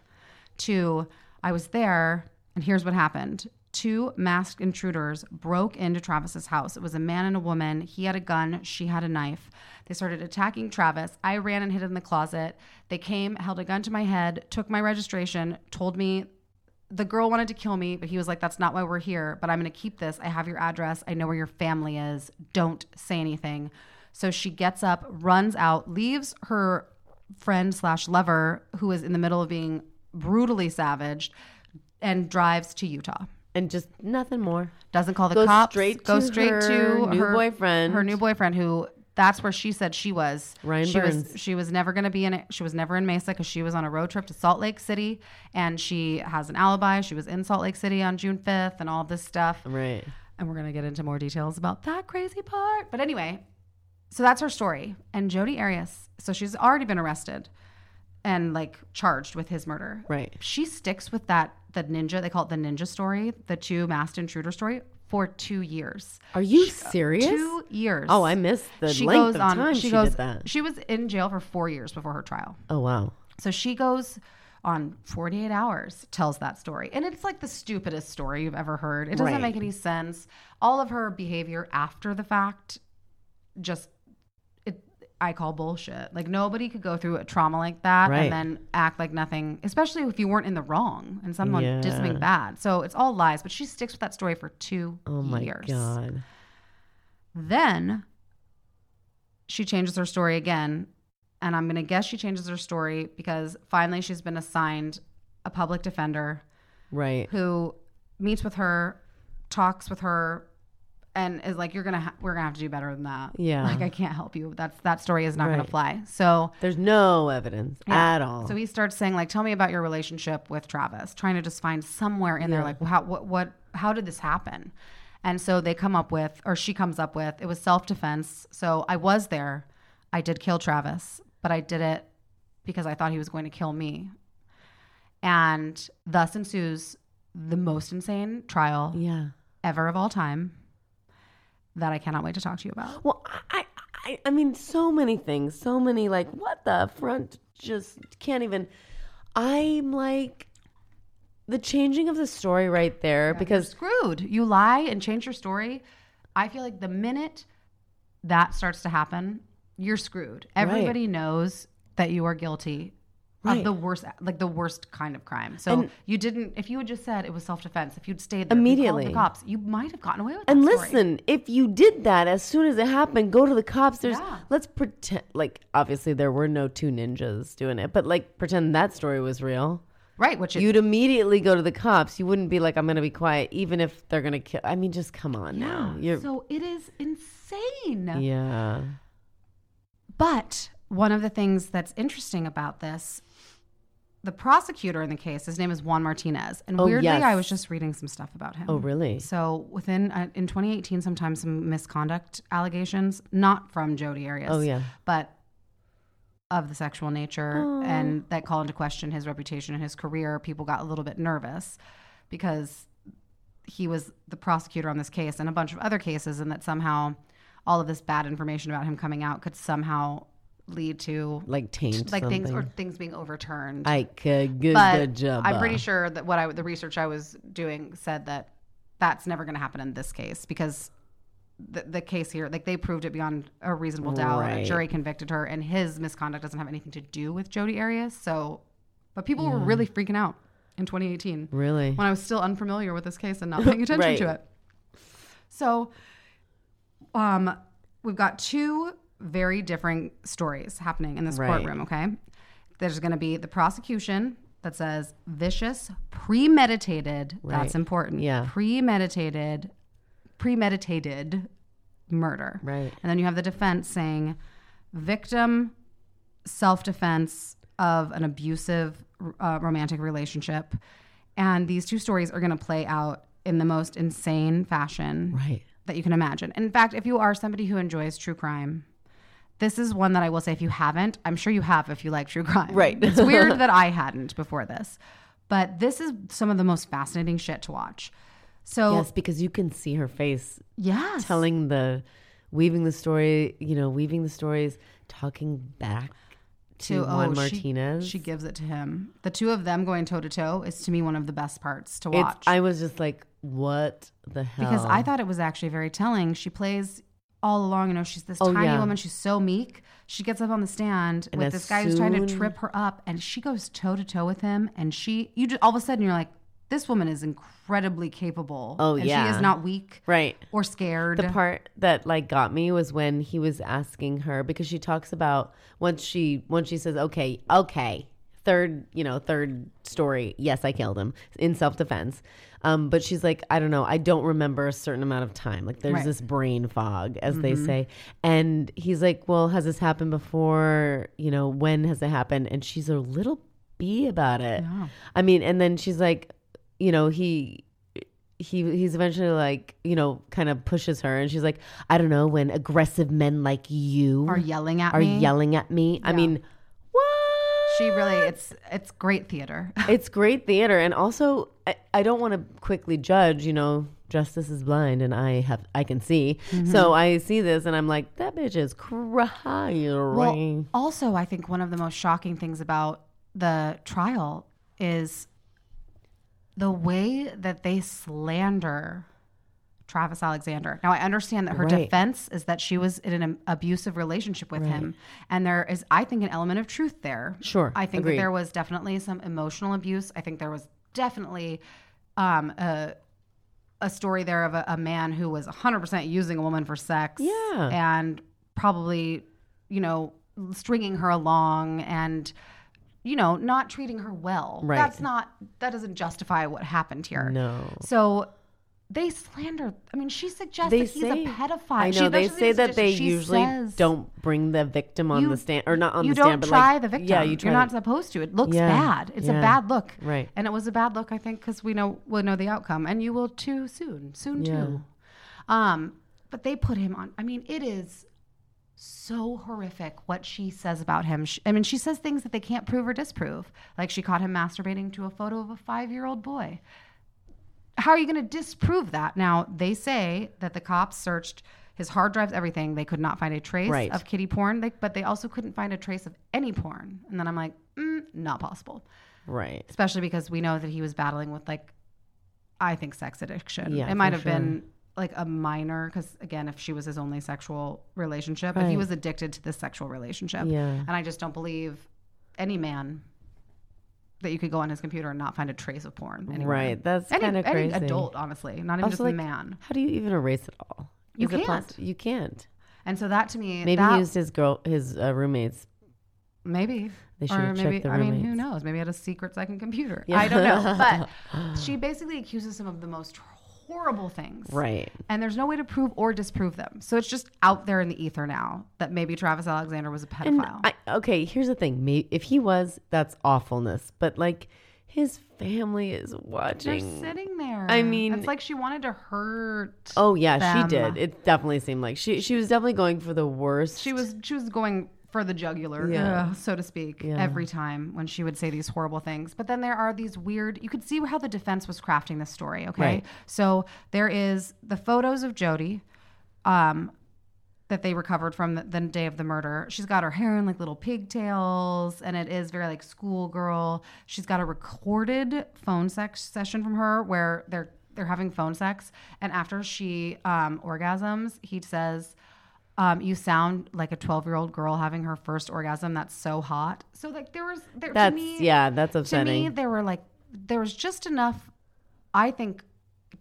to I was there, and here's what happened. Two masked intruders broke into Travis's house. It was a man and a woman. He had a gun. She had a knife. They started attacking Travis. I ran and hid in the closet. They came, held a gun to my head, took my registration, told me the girl wanted to kill me, but he was like, That's not why we're here, but I'm going to keep this. I have your address. I know where your family is. Don't say anything. So she gets up, runs out, leaves her friend slash lover, who is in the middle of being brutally savaged, and drives to Utah.
And just nothing more.
Doesn't call the
Goes
cops.
straight
goes
to
straight
her
to
new boyfriend.
Her new boyfriend, who that's where she said she was.
Ryan
she was,
Burns.
she was never going to be in it. She was never in Mesa because she was on a road trip to Salt Lake City, and she has an alibi. She was in Salt Lake City on June fifth, and all this stuff.
Right.
And we're going to get into more details about that crazy part. But anyway, so that's her story. And Jodi Arias, so she's already been arrested and like charged with his murder.
Right.
She sticks with that, the ninja, they call it the ninja story, the two masked intruder story for two years.
Are you serious?
uh, Two years.
Oh, I missed the length of time she,
goes,
did that.
she was in jail for four years before her trial.
oh wow.
So she goes on 48 hours, tells that story. And it's like the stupidest story you've ever heard. It doesn't
Right.
make any sense. All of her behavior after the fact just it I call bullshit. Like nobody could go through a trauma like that
Right.
and then act like nothing, especially if you weren't in the wrong and someone did something
Yeah.
bad. So it's all lies, but she sticks with that story for 2
Oh my
years.
god.
Then she changes her story again and I'm gonna guess she changes her story because finally she's been assigned a public defender
Right.
who meets with her, talks with her, and is like, "You're gonna, ha- we're gonna have to do better than that."
Yeah.
like I can't help you. That's that story is not gonna
Right.
fly. So.
There's no evidence at all.
So he starts saying, like, tell me about your relationship with Travis, trying to just find somewhere in there, like, how, what, what, how did this happen? And so they come up with, or she comes up with, it was self defense. So I was there. I did kill Travis, but I did it because I thought he was going to kill me. And thus ensues the most insane trial
yeah.
ever of all time that I cannot wait to talk to you about.
Well, I, I, I mean, so many things, so many like, what the front just can't even. I'm like, the changing of the story right there because
screwed. You lie and change your story. I feel like the minute that starts to happen, you're screwed. Everybody knows that you are guilty
Right.
of the worst, like the worst kind of crime. So you didn't. If you had just said it was self defense, if you'd stayed there, if you called
Immediately.
the cops, you might have gotten away with.
And
that story.
listen, if you did that as soon as it happened, go to the cops. There's
Yeah.
let's pretend like obviously there were no two ninjas doing it, but like pretend that story was real.
right? Which you
You'd immediately go to the cops. You wouldn't be like, I'm gonna be quiet, even if they're gonna kill. I mean, just come on now. You're
so it is insane.
yeah,
But one of the things that's interesting about this, the prosecutor in the case, his name is Juan Martinez, and
Oh,
weirdly,
yes.
I was just reading some stuff about him.
Oh, really?
So within uh, in 2018, sometimes some misconduct allegations, not from Jodi Arias.
Oh, yeah.
but of the sexual nature, and that call into question his reputation and his career. People got a little bit nervous because he was the prosecutor on this case and a bunch of other cases, and that somehow all of this bad information about him coming out could somehow lead to
like taint
like
something.
things or things being overturned.
I could good,
but
good job. uh.
I'm pretty sure that what I the research I was doing said that that's never going to happen in this case because the, the case here, like they proved it beyond a reasonable doubt. and
Right.
A jury convicted her, and his misconduct doesn't have anything to do with Jodi Arias. So, but people were really freaking out in 2018
Really?
when I was still unfamiliar with this case and not paying attention to
Right.
it. So, um, we've got two very different stories happening in this
Right.
courtroom. Okay, there's going to be the prosecution that says vicious, premeditated.
Right.
That's important.
Yeah.
premeditated, premeditated murder.
Right.
And then you have the defense saying victim self defense of an abusive uh, romantic relationship. And these two stories are going to play out in the most insane fashion
Right.
that you can imagine. In fact, if you are somebody who enjoys true crime, this is one that I will say if you haven't, I'm sure you have if you like true crime.
Right.
it's weird that I hadn't before this. But this is some of the most fascinating shit to watch. So,
Yes, because you can see her face
yes.
telling the weaving the story, you know, weaving the stories, talking back to, Juan
oh, she-
Martinez.
She, gives it to him. The two of them going toe to toe is to me one of the best parts to watch.
It's, I was just like, what the hell?
because I thought it was actually very telling. She plays all along, you know, she's this
Oh,
tiny
yeah.
woman, she's so meek. She gets up on the stand
And
with
as
this guy who's trying to
soon-
trip her up, and she goes toe to toe with him. And she, you just all of a sudden, you're like, this woman is incredibly capable.
Oh,
and
yeah.
she is not weak
right.
or scared.
The part that like got me was when he was asking her because she talks about once she once she says, okay, okay. Third, you know, third story. Yes, I killed him in self defense. Um, but she's like, I don't know. I don't remember a certain amount of time. Like, there's
Right.
this brain fog, as they say. And he's like, Well, has this happened before? You know, when has it happened? And she's a little bee about it. I mean, and then she's like, You know, he he he's eventually like you know kind of pushes her and she's like i don't know when aggressive men like you
are yelling at
are
me.
yelling at me i mean what
She really, it's it's great theater.
it's great theater and also i, I don't want to quickly judge you know justice is blind and i have i can see
Mm-hmm.
so i see this and i'm like that bitch is crying
Well, also, I think one of the most shocking things about the trial is the way that they slander Travis Alexander. Now, I understand that her
Right.
defense is that she was in an abusive relationship with him. And there is, I think, an element of truth there.
Sure.
I think
Agreed.
that there was definitely some emotional abuse. I think there was definitely um, a, a story there of a, a man who was 100% using a woman for sex
Yeah.
and probably, you know, stringing her along and you know not treating her well
Right.
that's not that doesn't justify what happened here
No.
so they slander i mean she suggests
They
that he's
say
a pedophile
I
She-
know they
that's what
say that they
she
usually
says.
don't bring the victim on
You-
the stand or not on
you
the
don't
stand, but
try
like,
the victim
Yeah, you try
are not
to-
supposed to it looks
Yeah,
bad it's
yeah,
a bad look
right.
and it was a bad look i think because we know we'll know the outcome and you will too soon soon
Yeah.
too um but they put him on i mean it is so horrific what she says about him she, i mean she says things that they can't prove or disprove like she caught him masturbating to a photo of a five-year-old boy how are you going to disprove that? Now, they say that the cops searched his hard drives, everything. They could not find a trace
Right.
of kitty porn, they, but they also couldn't find a trace of any porn. And then I'm like, mm, not possible,
right.
especially because we know that he was battling with, like, I think sex addiction.
Yeah,
it might
for
have been like a minor, because again, if she was his only sexual relationship, but he
Right.
was addicted to this sexual relationship.
Yeah.
And I just don't believe any man that you could go on his computer and not find a trace of porn. anywhere.
Right. That's
Any,
kind of
any
crazy.
adult, honestly, not even
Also,
just
like,
a man.
How do you even erase it all?
You
Is it poss-
can't.
you can't.
And so that to me,
Maybe
that,
he used his girl, his uh, roommates.
maybe.
They should
or
have checked
maybe,
the
I mean, who
roommates.
knows? Maybe he had a secret second computer.
Yeah.
I don't know. But she basically accuses him of the most horrible things.
Right.
And there's no way to prove or disprove them. So it's just out there in the ether now that maybe Travis Alexander was a
And
pedophile.
I, okay, here's the thing. May if he was, that's awfulness. But like, his family is
They're
watching.
sitting there.
I mean-
it's like she wanted to hurt.
Oh yeah, she
them.
did. It definitely seemed like she she was definitely going for the worst.
She was she was going for the jugular,
Yeah.
uh, so to speak,
Yeah.
every time when she would say these horrible things. But then there are these weird. You could see how the defense was crafting this story. Okay,
Right.
so there is the photos of Jody. Um, that they recovered from the, the day of the murder. She's got her hair in like little pigtails, and it is very like schoolgirl. She's got a recorded phone sex session from her where they're they're having phone sex, and after she um, orgasms, he says. Um, you sound like a 12 year old girl having her first orgasm. That's so hot. So, like, there was, there,
That's
to me,
yeah, that's
to
upsetting.
me, there were like, there was just enough, I think,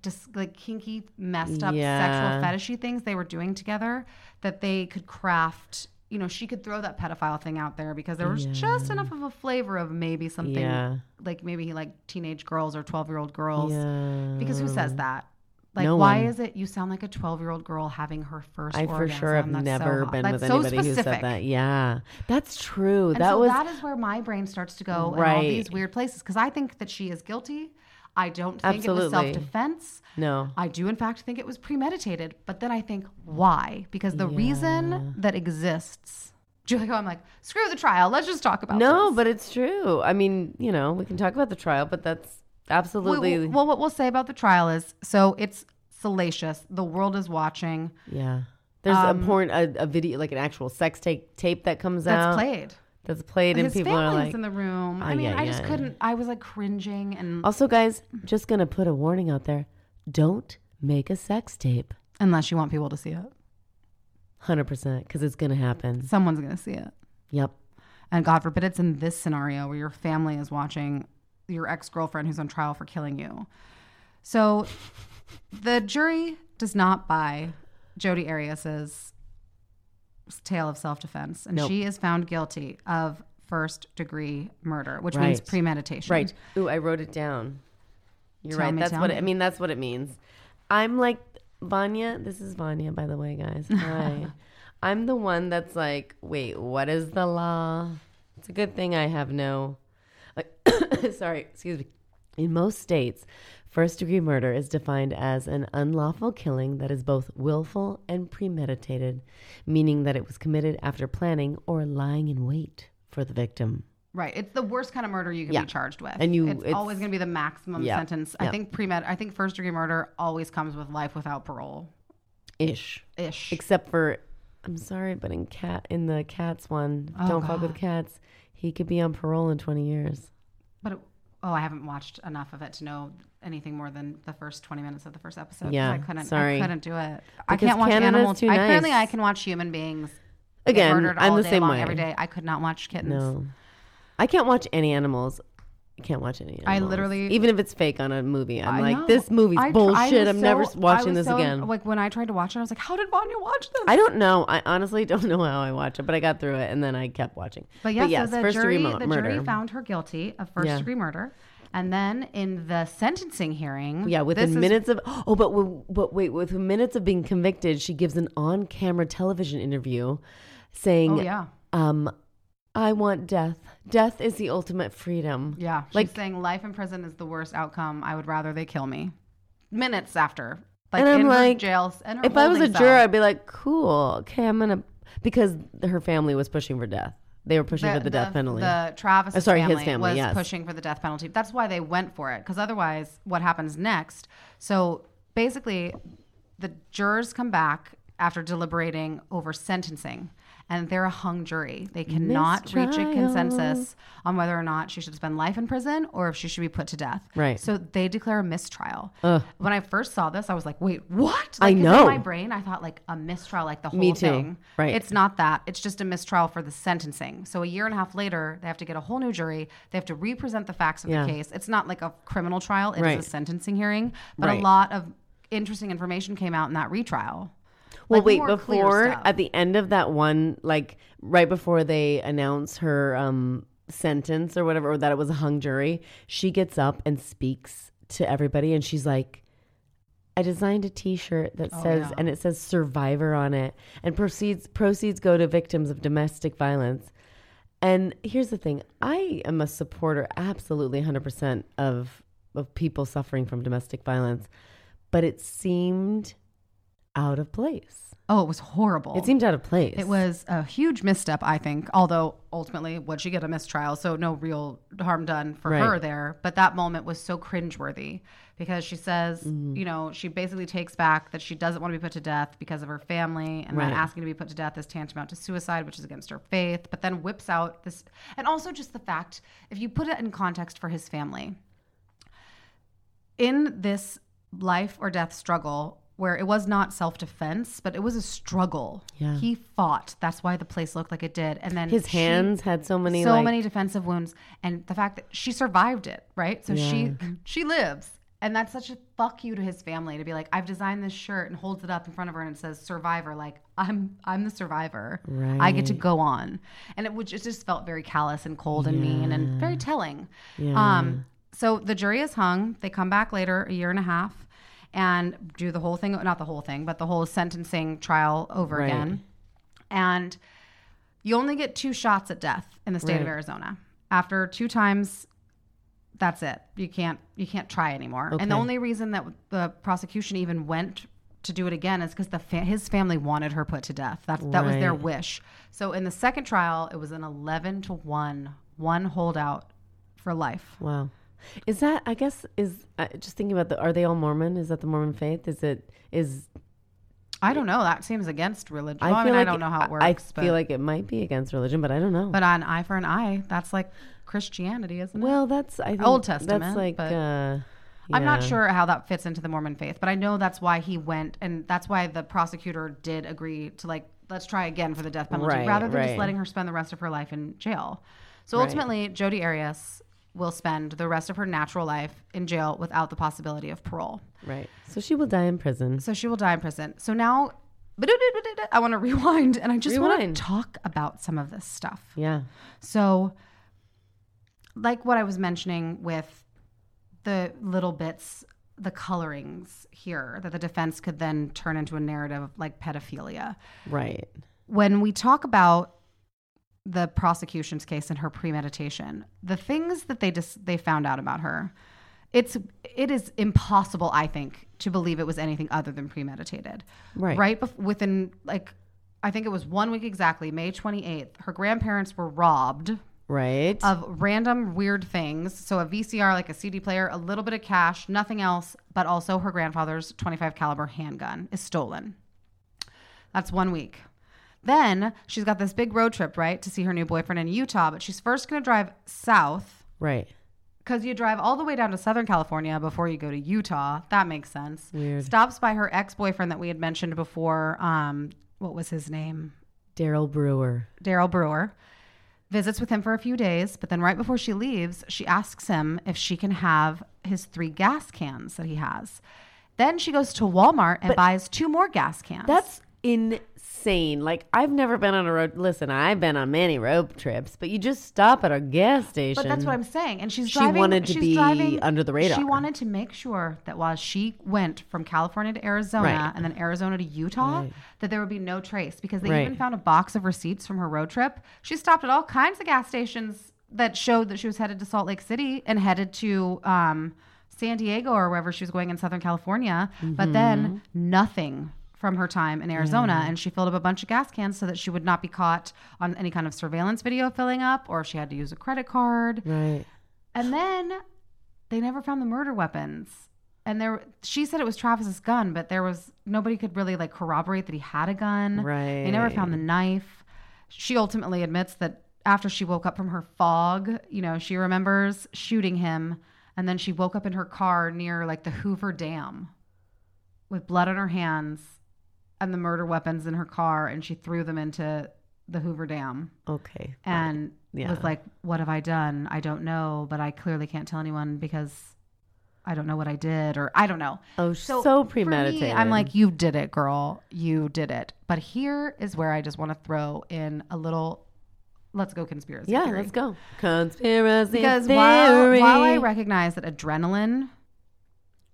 just like kinky, messed up
Yeah.
sexual fetishy things they were doing together that they could craft. You know, she could throw that pedophile thing out there because there was just enough of a flavor of maybe something
Yeah.
like maybe he like teenage girls or 12 year old girls.
yeah.
Because who says that? Like,
No
why
one.
is it you sound like a 12 year old girl having her first
I for sure have
orgasm? That's so
never
hot.
been
That's
with
so
anybody who said
specific.
that. Yeah, that's true.
And
that
so
was
that is where my brain starts to go in all
Right.
these weird places because I think that she is guilty. I don't think it was
Absolutely.
self defense.
no.
I do, in fact, think it was premeditated. But then I think, why? Because the reason that exists, Julia, I'm like, screw the trial. Let's just talk about
No,
this.
but it's true. I mean, you know, we can talk about the trial, but that's absolutely
We- we- well, what we'll say about the trial is so it's salacious. The world is watching.
yeah. There's
um,
a porn, a, a video, like an actual sex tape tape that comes
That's
out
played.
that's played, and
His
people are
family's
like.
in the room. I
"Ay,
mean,
ay,
I just
ay." Oh.
couldn't. I was like cringing and
also, guys, just gonna put a warning out there: don't make a sex tape,
unless you want people to see it,
hundred percent, because it's gonna happen.
someone's gonna see it.
Yep.
And God forbid it's in this scenario where your family is watching your ex girlfriend who's on trial for killing you. So the jury does not buy Jodi Arias's tale of self defense. And
Nope.
she is found guilty of first degree murder, which means
Right.
premeditation.
Right. Ooh, I wrote it down. You're
Tell
right.
me,
that's
tell
what
me.
it, I mean. That's what it means. I'm like Vanya. This is Vanya, by the way, guys. Hi. I'm the one that's like, wait, what is the law? It's a good thing I have no. sorry, excuse me. In most states, first degree murder is defined as an unlawful killing that is both willful and premeditated, meaning that it was committed after planning or lying in wait for the victim.
Right. It's the worst kind of murder you can
Yeah.
be charged with.
And you-
it's,
it's-
always going to be the maximum
Yeah.
sentence. I
Yeah.
think premed. I think first degree murder always comes with life without parole
Ish.
ish.
except for I'm sorry, but in cat in the cats one,
Oh,
don't fuck with cats. He could be on parole in 20 years.
But it, oh, I haven't watched enough of it to know anything more than the first twenty minutes of the first episode.
Yeah,
I couldn't.
sorry.
I couldn't do it. I
Because
can't watch
Canada's
animals.
too
I currently
nice.
I can watch human beings. get
Again,
murdered
I'm
all
the
day
same
long
way.
Every day, I could not watch kittens.
No, I can't watch any animals. I can't watch any.
I
animals.
literally-
even if it's fake on a movie, I'm
I
like,
know.
this movie's
I tr- I
bullshit.
was
I'm never
so-
s-
I
watching
was
this
so-
again.
Like when I tried to watch it, I was like, "How did Vanya watch this?"
I don't know. I honestly don't know how I watch it, but I got through it and then I kept watching.
But yeah, so the
first
jury,
degree mu-
the
murder.
jury found her guilty of first
Yeah.
degree murder, and then in the sentencing hearing,
yeah,
this
within
is-
minutes of oh, but w- but wait, within minutes of being convicted, she gives an on-camera television interview, saying,
Oh yeah,
um, I want death. Death is the ultimate freedom.
yeah. She's
Like-
saying life in prison is the worst outcome. I would rather they kill me. Minutes after, like
And I'm
in her
like,
jail, and her
if I was a
holding cell.
juror, I'd be like, cool, okay, I'm gonna because her family was pushing for death. They were pushing for the, death penalty.
The Travis,
Oh, sorry, his
family
family,
was
yes.
pushing for the death penalty. That's why they went for it, because otherwise, what happens next? So basically, the jurors come back after deliberating over sentencing, and they're a hung jury. They cannot reach a
Mistrial.
consensus on whether or not she should spend life in prison or if she should be put to death.
Right.
So they declare a mistrial. When I first saw this, I was like, "Wait, what?" Like,
I
'cause
know.
In my brain, I thought like a mistrial, like the whole
Me too.
thing.
Right.
It's not that. It's just a mistrial for the sentencing. So a year and a half later, they have to get a whole new jury. They have to represent the facts of
Yeah.
the case. It's not like a criminal trial. It is
Right.
a sentencing hearing. But
Right.
a lot of interesting information came out in that retrial.
Well,
Like,
wait,
more clear
before
stuff.
at the end of that one, like right before they announce her um, sentence or whatever, or that it was a hung jury, she gets up and speaks to everybody, and she's like, "I designed a T-shirt that says,
Oh, yeah.
and it says survivor on it, and proceeds proceeds go to victims of domestic violence." And here's the thing: I am a supporter, absolutely 100 percent of of people suffering from domestic violence, but it seemed out of place.
Oh, it was horrible.
It seemed out of place.
It was a huge misstep, I think. Although ultimately, would she get a mistrial? So no real harm done for
Right.
her there. But that moment was so cringeworthy because she says,
Mm.
you know, she basically takes back that she doesn't want to be put to death because of her family, and
Right.
that asking to be put to death is tantamount to suicide, which is against her faith. But then whips out this, and also just the fact, if you put it in context for his family, in this life or death struggle where it was not self defense, but it was a struggle.
Yeah.
He fought. That's why the place looked like it did. And then
His
she-
hands had so many.
so
like-
many defensive wounds, and the fact that she survived it, right? So she she lives, and that's such a fuck you to his family to be like, I've designed this shirt and holds it up in front of her and it says survivor, like I'm I'm the survivor, I get to go on, and it which it just felt very callous and cold and mean and very telling. Um, so the jury is hung. They come back later, a year and a half, and do the whole thing, not the whole thing, but the whole sentencing trial over again, and. You only get two shots at death in the state of Arizona. After two times, that's it. You can't you can't try anymore. And the only reason that the prosecution even went to do it again is because the fa- his family wanted her put to death. That that was their
Right.
wish. So in the second trial, it was an eleven to one, one holdout for life.
Wow. Is that? I guess is uh, just thinking about the. Are they all Mormon? Is that the Mormon faith? Is it? Is
I don't know. That seems against religion. Well, I, mean, I don't know how it works.
I
but,
feel like it might be against religion, but I don't know.
but uh, an eye for an eye. That's like Christianity, isn't it?
well, that's I think
Old Testament,
That's like.
but-
uh,
I'm not
yeah.
sure how that fits into the Mormon faith, but I know that's why he went, and that's why the prosecutor did agree to like let's try again for the death penalty,
Right,
rather than
right.
just letting her spend the rest of her life in jail. So ultimately, Jodi Arias will spend the rest of her natural life in jail without the possibility of parole.
Right. So she will die in prison.
So she will die in prison. So now, I want to rewind, and I just want
Rewind.
to talk about some of this stuff.
Yeah.
So, like what I was mentioning with the little bits, the colorings here that the defense could then turn into a narrative of like pedophilia.
Right.
When we talk about the prosecution's case and her premeditation, the things that they just they found out about her, it's it is impossible, I think, to believe it was anything other than premeditated
Right.
right bef- within like i think it was one week exactly may 28th her grandparents were robbed
Right.
of random weird things so a vcr like a cd player a little bit of cash nothing else but also her grandfather's 25 caliber handgun is stolen that's one week then she's got this big road trip right to see her new boyfriend in utah but she's first going to drive south
right.
because you drive all the way down to Southern California before you go to Utah. That makes sense. Weird. Stops by her ex boyfriend that we had mentioned before. Um, what was his name?
Daryl Brewer.
Daryl Brewer. visits with him for a few days, but then right before she leaves, she asks him if she can have his three gas cans that he has. Then she goes to Walmart and buys two more gas cans.
That's insane. Like I've never been on a road. Listen, I've been on many road trips, but you just stop at a gas station.
But that's what I'm saying. And she's
She
driving,
wanted to
she's
be
driving,
under the radar.
She wanted to make sure that while she went from California to Arizona
Right.
and then Arizona to Utah, that there would be no trace because they even
Right.
found a box of receipts from her road trip. She stopped at all kinds of gas stations that showed that she was headed to Salt Lake City and headed to um, San Diego or wherever she was going in Southern California. But then nothing. From her time in Arizona, and she filled up a bunch of gas cans so that she would not be caught on any kind of surveillance video filling up, or if she had to use a credit card.
right.
And then they never found the murder weapons. And there, she said it was Travis's gun, but there was nobody could really like corroborate that he had a gun. They never found the knife. She ultimately admits that after she woke up from her fog, you know, she remembers shooting him, and then she woke up in her car near like the Hoover Dam, with blood on her hands, and the murder weapons in her car, and she threw them into the Hoover Dam
Okay.
and
Yeah.
was like, "What have I done? I don't know, but I clearly can't tell anyone because I don't know what I did, or I don't know."
Oh,
So,
so,
for me,
premeditated.
I'm like, "You did it, girl. You did it." But here is where I just want to throw in a little. Let's go conspiracy.
yeah,
theory.
let's go. Conspiracy
Because
theory.
while, while I recognize that adrenaline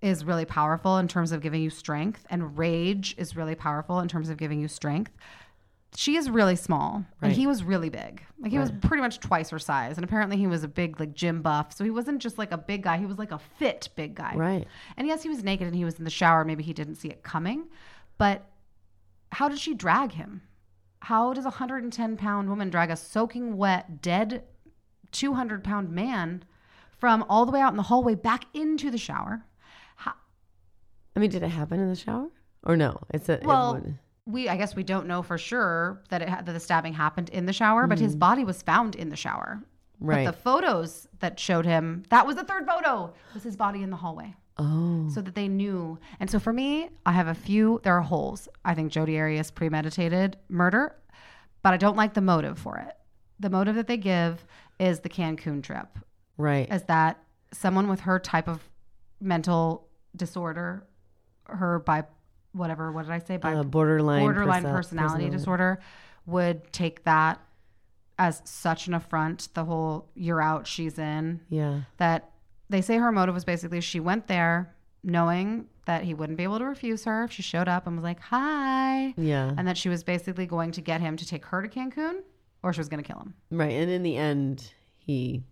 is really powerful in terms of giving you strength, and rage is really powerful in terms of giving you strength, she is really small and he was really big. Like he was pretty much twice her size, and apparently he was a big like gym buff. So he wasn't just like a big guy; he was like a fit big guy.
right.
And yes, he was naked and he was in the shower. Maybe he didn't see it coming, but how did she drag him? How does a 110 pound woman drag a soaking wet, dead 200 pound man from all the way out in the hallway back into the shower?
I mean, did it happen in the shower or no? It's a it
Well,
would-
we I guess we don't know for sure that it ha- that the stabbing happened in the shower, but his body was found in the shower.
Mm-hmm. right.
But the photos that showed him, that was the third photo, was his body in the hallway.
oh,
so that they knew. And so for me, I have a few. There are holes. I think Jodi Arias premeditated murder, but I don't like the motive for it. The motive that they give is the Cancun trip.
right.
Is that someone with her type of mental disorder, her by whatever? What did I say? By
Uh, borderline
borderline
perso-
personality disorder would take that as such an affront. The whole "you're out, she's in"
Yeah.
that they say her motive was basically she went there knowing that he wouldn't be able to refuse her if she showed up and was like, hi.
Yeah.
And that she was basically going to get him to take her to Cancun or she was going to kill him.
right. And in the end, he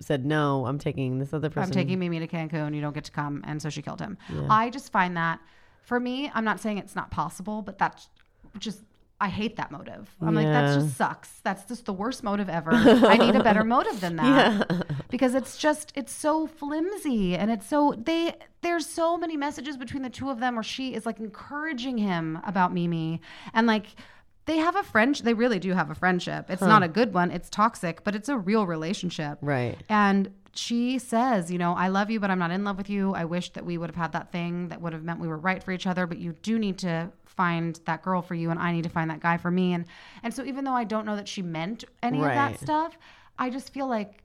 said, "No, I'm taking this other person."
I'm taking Mimi to Cancun. You don't get to come. And so she killed him. I just find that for me, I'm not saying it's not possible, but that's just. I hate that motive. I'm like, that
Yeah.
just sucks. That's just the worst motive ever. I need a better motive than that. Because it's just, it's so flimsy. And it's so, they, there's so many messages between the two of them where she is like encouraging him about Mimi. And like, they have a friendship. They really do have a friendship. It's not a good one. It's toxic, but it's a real relationship.
Right.
And she says, you know, I love you, but I'm not in love with you. I wish that we would have had that thing that would have meant we were right for each other, but you do need to find that girl for you and I need to find that guy for me. And and so even though I don't know that she meant any of that
Right.
stuff, I just feel like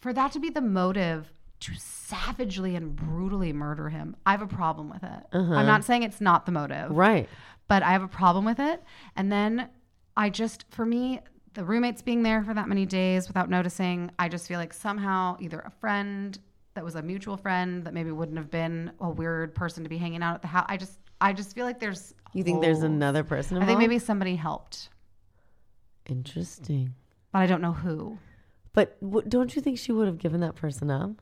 for that to be the motive to savagely and brutally murder him, I have a problem with it.
Uh-huh.
I'm not saying it's not the motive
Right.
but I have a problem with it. And then I just, for me, the roommates being there for that many days without noticing, I just feel like somehow either a friend that was a mutual friend that maybe wouldn't have been a weird person to be hanging out at the house. I just, I just feel like there's.
You think there's
holes.
another person?
I think
involved?
maybe somebody helped,
Interesting.
but I don't know who.
But w- don't you think she would have given that person up?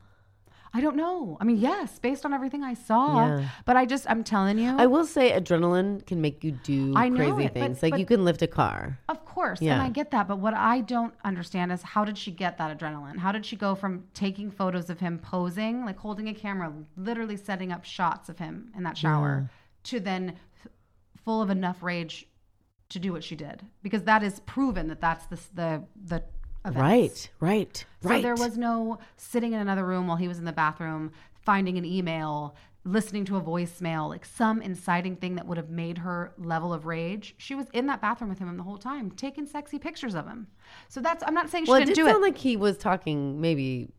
I don't know. I mean, yes, based on everything I saw,
Yeah.
but I just, I'm telling you,
I will say adrenaline can make you do
Oh. I know
crazy
it, but-
things. like
but-
you can lift a car.
Of course, and
Yeah.
I get that. But what I don't understand is how did she get that adrenaline? How did she go from taking photos of him posing, like holding a camera, literally setting up shots of him in that shower, to then f- full of enough rage to do what she did? Because that is proven that that's the s- the the events.
Right, right,
So
right.
there was no sitting in another room while he was in the bathroom, finding an email, listening to a voicemail, like some inciting thing that would have made her level of rage. She was in that bathroom with him the whole time, taking sexy pictures of him. So that's I'm not saying she
Well, it
didn't
did
do
sound
it.
like he was talking, maybe,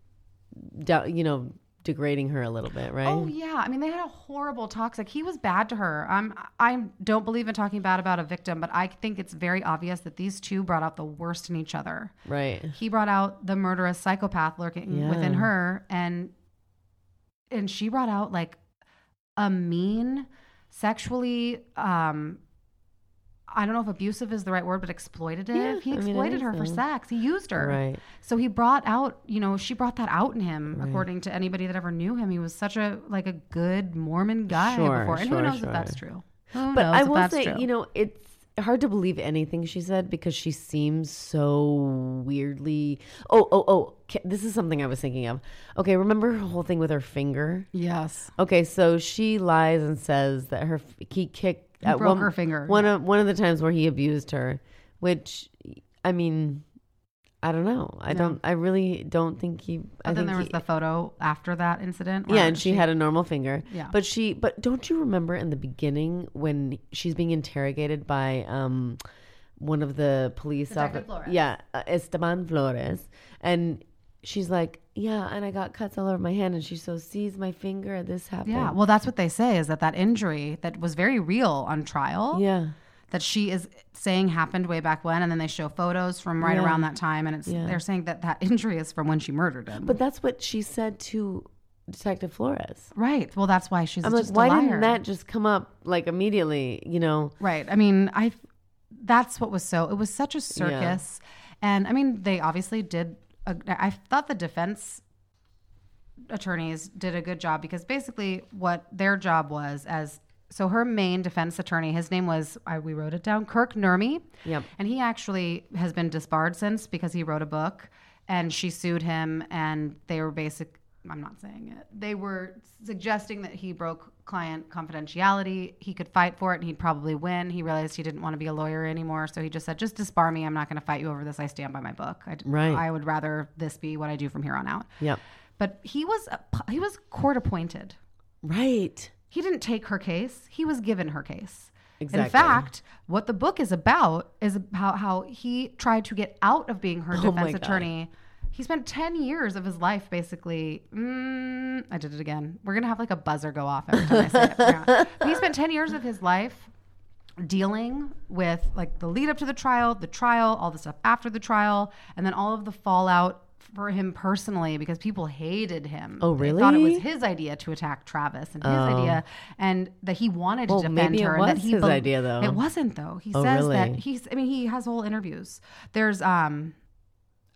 dou- you know, degrading her a little bit, right?
Oh yeah, I mean they had a horrible toxic. He was bad to her. I'm I don't believe in talking bad about a victim, but I think it's very obvious that these two brought out the worst in each other.
Right.
He brought out the murderous psychopath lurking within
Yeah.
her, and and she brought out like a mean, sexually. um I don't know if abusive is the right word, but exploitative.
Yeah,
he
I mean, I
exploited
think
her for
so.
sex. He used her.
Right.
So he brought out, you know, she brought that out in him, according to anybody that ever knew him. He was such a like a good Mormon guy
Sure,
before, and
sure,
who knows
sure.
if that's true? Who
But
knows
I
if
will
that's
say,
true?
you know, it's hard to believe anything she said because she seems so weirdly. Oh, oh, oh. Ca- This is something I was thinking of. Okay, remember her whole thing with her finger?
yes,
Okay, so she lies and says that her f- he kicked at
broke
one,
her finger.
One of one of the times where he abused her, which I mean, I don't know. I don't. I really don't think he.
But
I
then
think
there was
he-
the photo after that incident.
yeah,
where
and she, had a normal finger.
Yeah.
but she. But don't you remember in the beginning when she's being interrogated by um one of the police officers? Yeah, uh, Esteban Flores, and she's like, yeah, and I got cuts all over my hand, and she so sees my finger. This happened.
yeah. Well, that's what they say is that that injury that was very real on trial.
Yeah.
that she is saying happened way back when, and then they show photos from right around that time, and it's they're saying that that injury is from when she murdered him.
But that's what she said to Detective Flores.
right. Well, that's why she's
I'm
just
like, why
a liar.
didn't that just come up like immediately? You know,
Right. I mean, I that's what was so it was such a circus. And I mean, they obviously did a, I thought the defense attorneys did a good job because basically what their job was as so her main defense attorney his name was I, we wrote it down Kirk Nurmi.
Yep.
And he actually has been disbarred since because he wrote a book and she sued him and they were basic I'm not saying it. They were suggesting that he broke client confidentiality. He could fight for it and he'd probably win. He realized he didn't want to be a lawyer anymore, so he just said, "Just disbar me. I'm not going to fight you over this. I stand by my book. I,
Right.
I would rather this be what I do from here on out."
yep,
But he was a- he was court appointed.
right,
He didn't take her case. He was given her case.
Exactly.
In fact, what the book is about is about how he tried to get out of being her
Oh my
defense
God.
attorney. He spent 10 years of his life basically. Mm, I did it again. We're going to have like a buzzer go off every time I say it. Yeah. He spent 10 years of his life dealing with like the lead up to the trial, the trial, all the stuff after the trial, and then all of the fallout for him personally because people hated him.
Oh,
They thought it was
really? Oh.
his idea to attack Travis and his idea, and that he wanted
Well,
to defend
maybe it
her. and that
was
he
his idea, though.
It wasn't though. He
Oh,
says that
really?
he's. I mean, he has whole interviews. There's um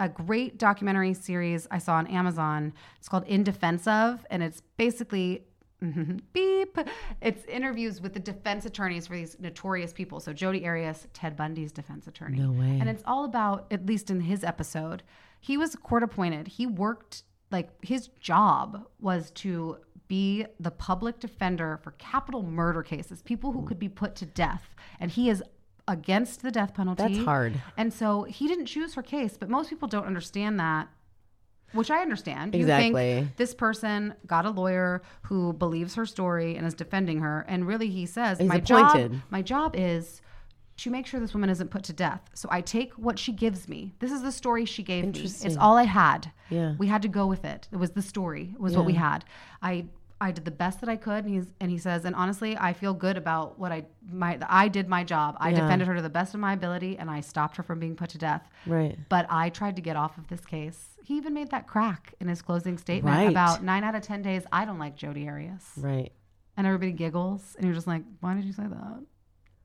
a great documentary series I saw on Amazon. It's called In Defense of, and it's basically beep. It's interviews with the defense attorneys for these notorious people. So Jodi Arias, Ted Bundy's defense attorney. No
way.
And it's all about, at least in his episode, he was court appointed. He worked like his job was to be the public defender for capital murder cases, people who could be put to death. And he is against the death penalty.
That's hard.
And so he didn't choose her case, but most people don't understand that, which I understand. You
Exactly.
think this person got a lawyer who believes her story and is defending her, and really he says,
He's
"My
appointed.
job, my job is." To make sure this woman isn't put to death. So I take what she gives me. This is the story she gave me. It's all I had.
Yeah.
We had to go with it. It was the story. It was what we had. I I did the best that I could and he's and he says, and honestly, I feel good about what I my I did my job. I defended her to the best of my ability and I stopped her from being put to death.
right.
But I tried to get off of this case. He even made that crack in his closing statement
Right.
about nine out of ten days I don't like Jodi Arias.
Right.
And everybody giggles and you're just like, Why did you say that?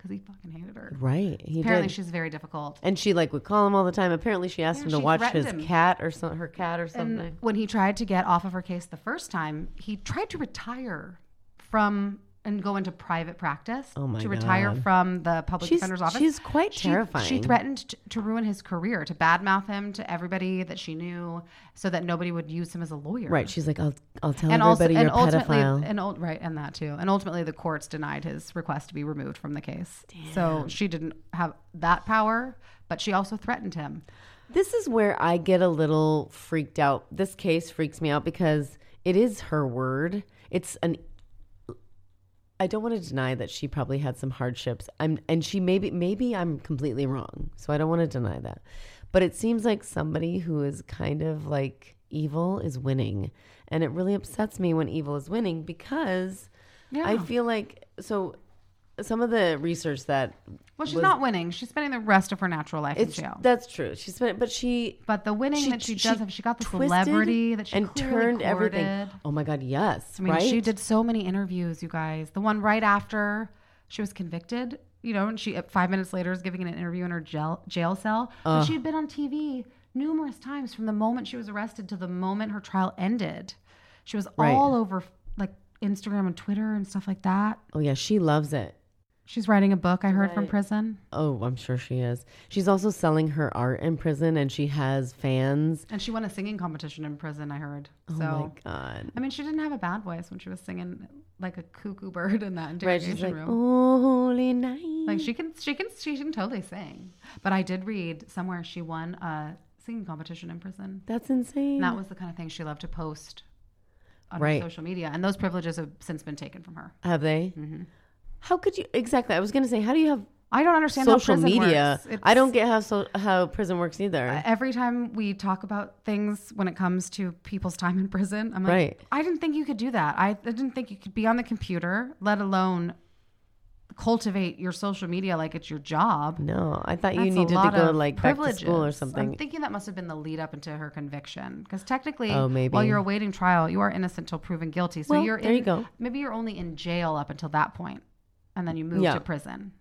Because he fucking hated her.
Right. He
Apparently
did.
she's very difficult.
and she like would call him all the time. Apparently she asked
Yeah,
him to
she
watch his
threatened him.
cat or some her cat or
And
something.
when he tried to get off of her case the first time, he tried to retire from and go into private practice
Oh my
to retire
God.
from the public
She's-
defender's office.
she's quite
She- She
terrifying.
threatened to, to ruin his career, to badmouth him to everybody that she knew, so that nobody would use him as a lawyer.
Right. She's like, I'll I'll tell
and also,
everybody
and
you're a
ultimately,
pedophile.
and ul- right, and that too. And ultimately, the courts denied his request to be removed from the case. So she didn't have that power, but she also threatened him.
This is where I get a little freaked out. This case freaks me out because it is her word. It's an I don't want to deny that she probably had some hardships. I'm and she maybe maybe I'm completely wrong. So I don't want to deny that. But it seems like somebody who is kind of like evil is winning. And it really upsets me when evil is winning because I feel like so some of the research that
Well, she's not winning. She's spending the rest of her natural life
it's
in jail.
that's true. She's been but she
but the winning that she does have, she got the
twisted
celebrity that she
and
clearly
turned everything.
courted.
Oh my god, yes.
I mean,
right?
she did so many interviews, you guys. The one right after she was convicted, you know, and she uh, five minutes later is giving an interview in her jail, jail cell. But she had been on TV numerous times from the moment she was arrested to the moment her trial ended. She was
Right.
all over like Instagram and Twitter and stuff like that.
Oh yeah, she loves it.
She's writing a book I heard from prison,
Oh, I'm sure she is. She's also selling her art in prison and she has fans.
and she won a singing competition in prison. I heard. So
Oh my god.
I mean, she didn't have a bad voice when she was singing like a cuckoo bird in that
Right, she's
interrogation
like,
room.
"Oh, holy night."
Like she can, she can, she can totally sing. But I did read somewhere she won a singing competition in prison.
That's insane.
And that was the kind of thing she loved to post on her
Right.
social media. And those privileges have since been taken from her.
have they?
Mm-hmm.
How could you exactly? I was going to say, how do you have
I don't understand
social
how prison
media?
Works.
I
It's-
don't get how so, how prison works either.
Uh, Every time we talk about things when it comes to people's time in prison, I'm like,
Right.
I didn't think you could do that. I, I didn't think you could be on the computer, let alone cultivate your social media like it's your job.
no, I thought you
That's a
needed to
lot
go
of
like back to school or
privileges.
something.
I'm thinking that must have been the lead up into her conviction, because technically,
Oh, maybe.
while you're awaiting trial, you are innocent till proven guilty. So
Well,
you're
there
in,
you go.
Maybe you're only in jail up until that point, and then you move
Yeah.
to prison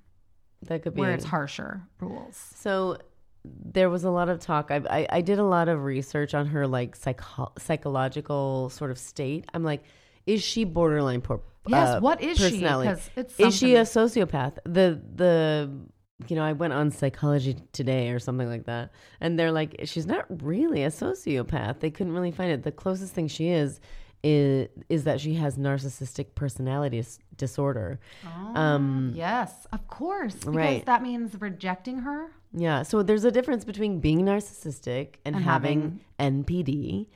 that could be
where it's harsher rules.
So there was a lot of talk. I, I, I did a lot of research on her like psycho- psychological sort of state. I'm like, is she borderline por-
Yes, what is she?
personality?
'Cause it's
is she a
something-
sociopath? The the you know I went on psychology today or something like that, and they're like, she's not really a sociopath. They couldn't really find it. The closest thing she is. Is, is that she has narcissistic personality dis- disorder? Um,
Ah, Yes, of course, because
Right.
that means rejecting her.
Yeah. So there's a difference between being narcissistic and, having, NPD.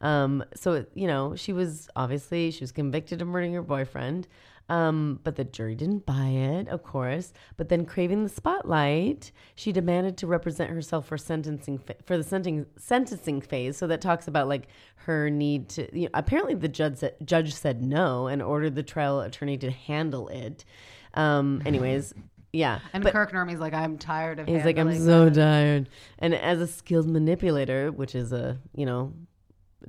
Um, so, you know, she was obviously, she was convicted of murdering her boyfriend. Um, but the jury didn't buy it, of course. But then, craving the spotlight, she demanded to represent herself for sentencing fa- for the sentencing sentencing phase. So that talks about like her need to. You know, apparently, the judge said, judge said no and ordered the trial attorney to handle it. Um, anyways, yeah.
And
but-
Kirk Normey's like, I'm tired of.
He's like, I'm
handling
so tired. And as a skilled manipulator, which is a you know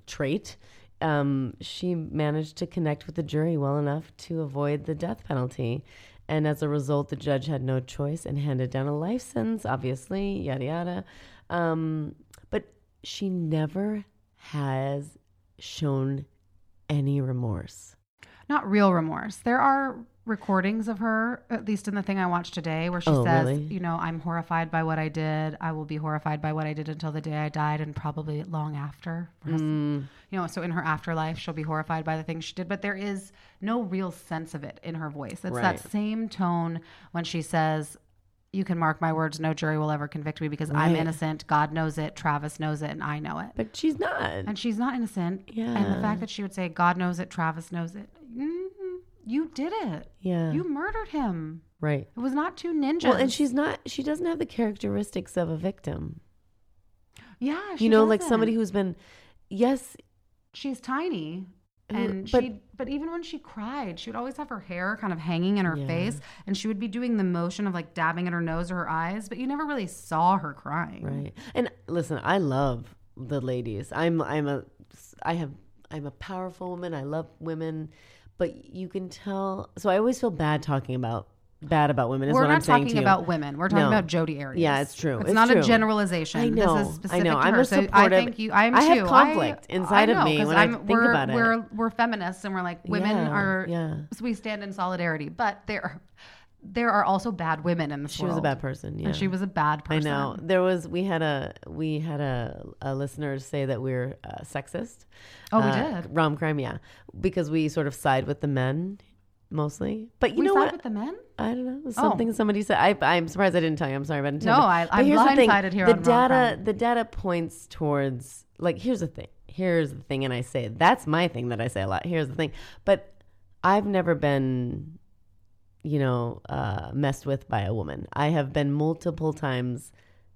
trait, um, she managed to connect with the jury well enough to avoid the death penalty. And as a result, the judge had no choice and handed down a life sentence. Obviously, yada yada. Um, but she never has shown any remorse.
not real remorse. There are recordings of her, at least in the thing I watched today, where she
Oh,
says,
really?
you know, I'm horrified by what I did. I will be horrified by what I did until the day I died and probably long after. Perhaps-
Mm.
You know, so in her afterlife, she'll be horrified by the things she did, but there is no real sense of it in her voice. It's
Right.
that same tone when she says, you can mark my words, no jury will ever convict me because I'm
Right.
innocent. God knows it, Travis knows it, and I know it.
But she's not.
And she's not innocent. And the
Yeah.
fact that she would say, God knows it, Travis knows it. Mm, you did it.
Yeah.
You murdered him.
right.
It was not two ninjas.
Well, and she's not. She doesn't have the characteristics of a victim.
yeah, she
you know, like
doesn't.
somebody who's been, yes,
she's tiny.
Who-
And
but-
she, but even when she cried, she would always have her hair kind of hanging in her
Yeah.
face, and she would be doing the motion of like dabbing at her nose or her eyes, but you never really saw her crying.
right. And listen, I love the ladies. I'm, I'm a, I have, I'm a powerful woman. I love women, but you can tell. So I always feel bad talking about bad about women. Is
We're
what
not
I'm saying
talking
to you.
about women. We're talking
No.
about Jodi Arias.
Yeah, it's true.
It's,
It's
not
true.
a generalization.
I
This
know.
is
I
specific
know.
to
I'm
her.
a
So I
supportive-
think you. I am
I
too.
have conflict inside of
know,
me
'cause
when I
I'm-
think
we're,
about it.
We're we're feminists and we're like women
Yeah,
are.
yeah.
So we stand in solidarity, but there are there are also bad women in this
She was a
world.
bad person. Yeah,
And she was a bad
I
person.
know. Uh, There was we had a we had a, a listener say that we're uh, sexist.
Oh, we did?
rom crime. Yeah, because we sort of side with the men mostly. But you
we
know
side
what?
with the men.
I don't know. Something somebody said. I, I'm surprised I didn't tell you. I'm sorry, but I didn't tell
Oh. No,
you.
I-
But
I'm
here's the thing.
blindsided here
The
on Rom
data,
Crime.
the data points towards like here's the thing. Here's the thing, and I say that's my thing that I say a lot. Here's the thing, but I've never been you know, uh, messed with by a woman. I have been multiple times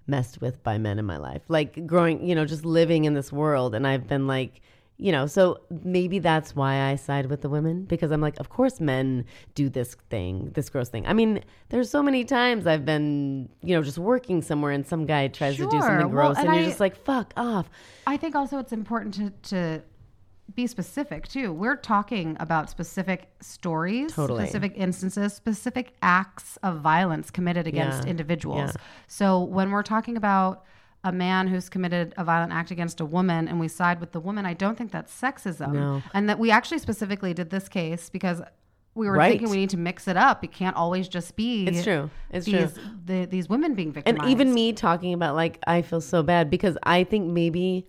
messed with by men in my life. Like growing, you know, just living in this world. And I've been like, you know, so maybe that's why I side with the women because I'm like, of course, men do this thing, this gross thing. I mean, there's so many times I've been, you know, just working somewhere and some guy tries to do
Sure.
something
Well,
gross and,
and
you're
I-
just like, fuck off.
I think also it's important to, to be specific too. We're talking about specific stories,
Totally.
specific instances, specific acts of violence committed against
Yeah.
individuals.
Yeah.
So when we're talking about a man who's committed a violent act against a woman and we side with the woman, I don't think that's sexism.
No.
And that we actually specifically did this case because we were
Right.
thinking we need to mix it up. It can't always just be
It's true. It's true.
these, The, these women being
and
victimized.
even me talking about like i feel so bad because i think maybe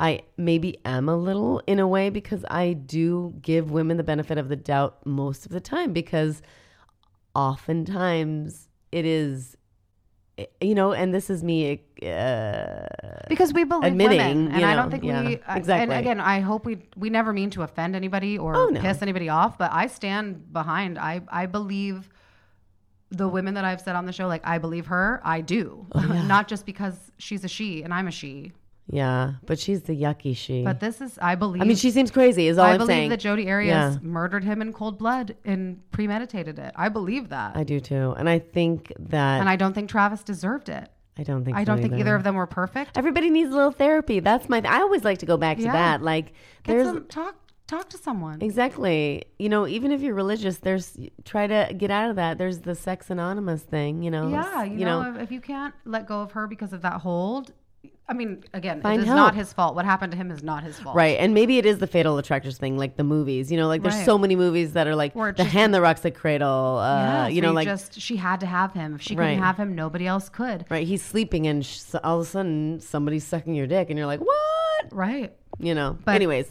i maybe am a little in a way because i do give women the benefit of the doubt most of the time because oftentimes it is eh, you know and this is me uh,
because we believe
admitting,
women, and
you
I
know,
don't think
yeah,
we I-
exactly.
And again, I hope we we never mean to offend anybody or
Oh, no.
piss anybody off, but I stand behind. I I believe the women that I've said on the show, like I believe her. I do,
Oh,
not just because she's a she and I'm a she.
yeah but she's the yucky she
But this is I believe.
i mean she seems crazy is all
I
am
believe
saying
that Jodi Arias
Yeah.
murdered him in cold blood and premeditated it. I believe that,
i do too and i think that
and
i,
I don't think Travis deserved it.
don't think
I
so
don't think either of them were perfect.
everybody needs a little therapy that's my i always like to go back to
Yeah.
that like
Get
there's
some, talk talk to someone.
Exactly. You know, even if you're religious, there's try to get out of that. There's the sex anonymous thing, you know.
Yeah, you,
you
know, if, if you can't let go of her because of that hold, I mean, again,
Find
it is not
help.
his fault. What happened to him is not his fault.
Right. And maybe it is the fatal attractors thing, like the movies. You know, like there's
Right.
so many movies that are like
Or
The
it's just-
Hand that Rocks the Cradle. Uh,
Yeah,
you
so
know, like
just she had to have him. If she couldn't
Right.
have him, nobody else could.
right, he's sleeping and sh- all of a sudden somebody's sucking your dick and you're like, "What?"
Right.
You know.
But-
anyways,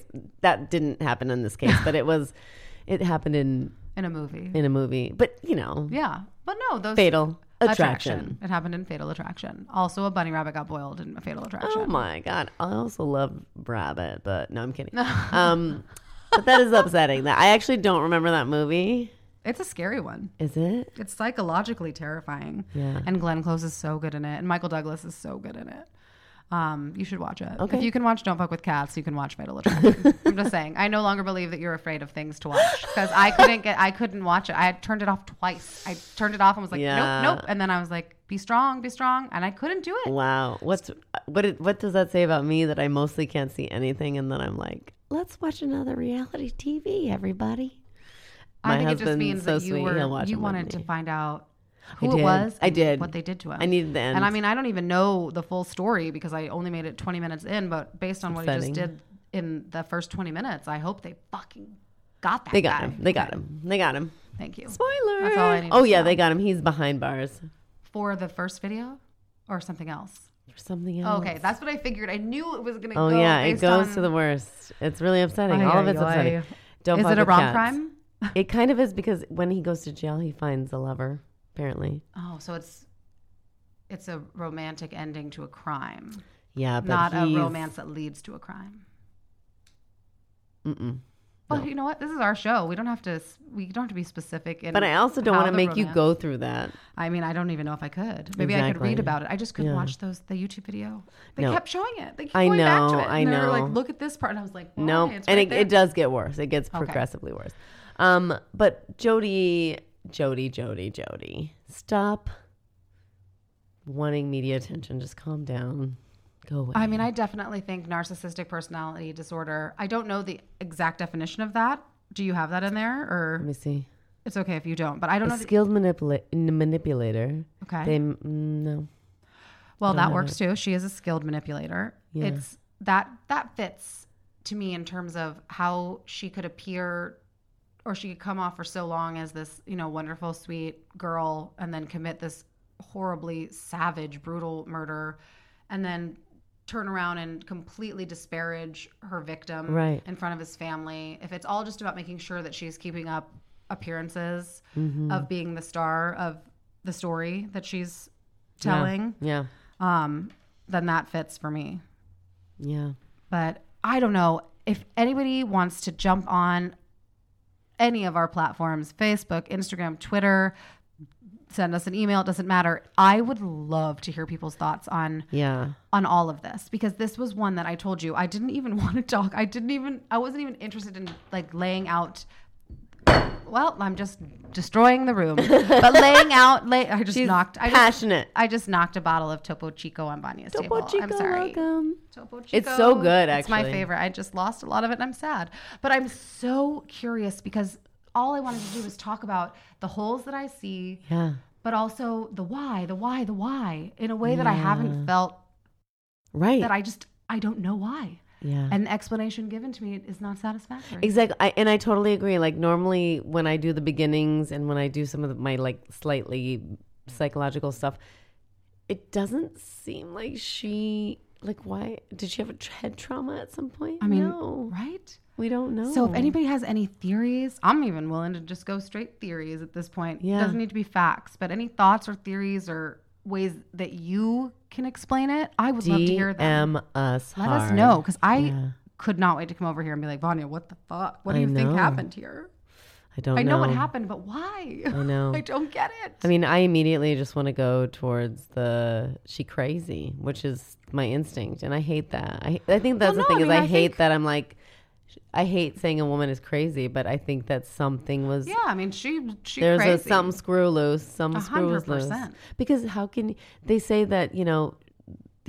that didn't happen in this case, but it was it happened in
In a movie.
in a movie. But, you know,
yeah. But no, those
fatal attraction.
It happened in Fatal Attraction. Also, a bunny rabbit got boiled in a Fatal Attraction.
Oh my god! I also love rabbit, but no, I'm kidding. um, but that is upsetting. That I actually don't remember that movie.
It's a scary one.
Is it?
It's psychologically terrifying.
Yeah.
And Glenn Close is so good in it, and Michael Douglas is so good in it. Um, you should watch it.
Okay.
If you can watch Don't Fuck with Cats, you can watch Fatal Attraction. I'm just saying. I no longer believe that you're afraid of things to watch because I couldn't get, I couldn't watch it. I had turned it off twice. I turned it off and was like,
Yeah.
nope, nope. And then I was like, be strong, be strong, and I couldn't do it.
Wow. What's what? It, what does that say about me? That I mostly can't see anything, and then I'm like, let's watch another reality TV, everybody.
I
My
think it just
husband's
means
so
that you
sweet, he'll
were
watch
you
them with
wanted to
me.
find out
I
who
did.
it was.
I
and
did.
what they did to him.
I needed the end.
And I mean, I don't even know the full story because I only made it 20 minutes in. But based on what he
Upsetting.
just did in the first 20 minutes, I hope they fucking got that.
They got
guy.
him. They got him. They got him.
Thank you.
Spoiler.
That's all I needed
Oh
to
yeah,
know.
they got him. He's behind bars
For the first video or something else.
for something else.
Okay, that's what I figured. I knew it was gonna.
Oh
go
yeah, it
based
goes
on-
to the worst. It's really upsetting.
Ay,
All of
ay,
it's upsetting.
ay.
Don't
Is
fuck
it a
with
rom
cats.
crime?
It kind of is because when he goes to jail, he finds a lover. Apparently,
Oh, so it's it's a romantic ending to a crime.
yeah, but
not a
he's-
romance that leads to a crime.
Mm-mm.
Well, you know what? This is our show. We don't have to. s- We don't have to be specific. In
But I also don't
how
want to
the
make you
romance-
go through that.
I mean, I don't even know if I could. Maybe I could
Exactly.
read about it. I just couldn't
Yeah.
watch those the YouTube video. They
No.
kept showing it. They kept
I
going back
know,
to it.
I
and They were
know.
like, look at this part, and I was like, why?
no,
It's
and
right
it, it
there."
does get worse. It gets progressively worse. Um, but Jody, Jody, Jody, Jody, stop wanting media attention. Just calm down. Go away.
I mean, I definitely think narcissistic personality disorder. I don't know the exact definition of that. Do you have that in there,
Let
or
me see.
it's okay if you don't? But I don't know.
A
The,
skilled manipula- manipulator.
okay.
They mm, no.
Well, that works too. She is a skilled manipulator. It's that that fits to me in terms of how she could appear or she could come off for so long as this, you know, wonderful, sweet girl and then commit this horribly savage, brutal murder and then turn around and completely disparage her victim
Right.
in front of his family. If it's all just about making sure that she's keeping up appearances
Mm-hmm. Mm.
of being the star of the story that she's telling
Yeah.
um, then that fits for me.
Yeah.
But I don't know if anybody wants to jump on any of our platforms Facebook, Instagram, Twitter. Send us an email. It doesn't matter. I would love to hear people's thoughts on
Yeah.
on all of this because this was one that I told you I didn't even want to talk. I didn't even I wasn't even interested in like laying out well, I'm just destroying the room. But laying out lay, I just knocked I just,
Passionate.
I just knocked a bottle of Topo Chico on Vanya's table. I'm sorry.
welcome.
Topo Chico.
It's so good,
It's my
actually.
favorite. I just lost a lot of it and I'm sad. But I'm so curious because all I wanted to do was talk about the holes that I see
Yeah.
but also the why, the why, the why in a way that I haven't felt
Right.
that I just I don't know why.
yeah.
An explanation given to me is not satisfactory.
Exactly. I, and I totally agree. Like normally when I do the beginnings and when I do some of the, my like slightly psychological stuff, it doesn't seem like she like why did she have a tr- head trauma at some point?
I mean,
no,
right?
we don't know.
So if anybody has any theories, I'm even willing to just go straight theories at this point.
Yeah.
It doesn't need to be facts, but any thoughts or theories or ways that you can explain it, I would love to hear them.
DM us,
Let us
hard.
know because I could not wait to come over here and be like, Vanya, what the fuck? What do
I
you think
know.
happened here?
I don't.
I know what happened, but why?
I know.
I don't get it.
I mean, I immediately just want to go towards the she crazy, which is my instinct, and I hate that. I I think that's
Well,
the
no,
thing
I
is
mean,
I,
I
hate
think-
that I'm like, I hate saying a woman is crazy, but I think that something was
yeah, I mean, she she
there's a
crazy.
some screw loose, some
A
screw
hundred
was loose.
percent.
Because how can they say that you know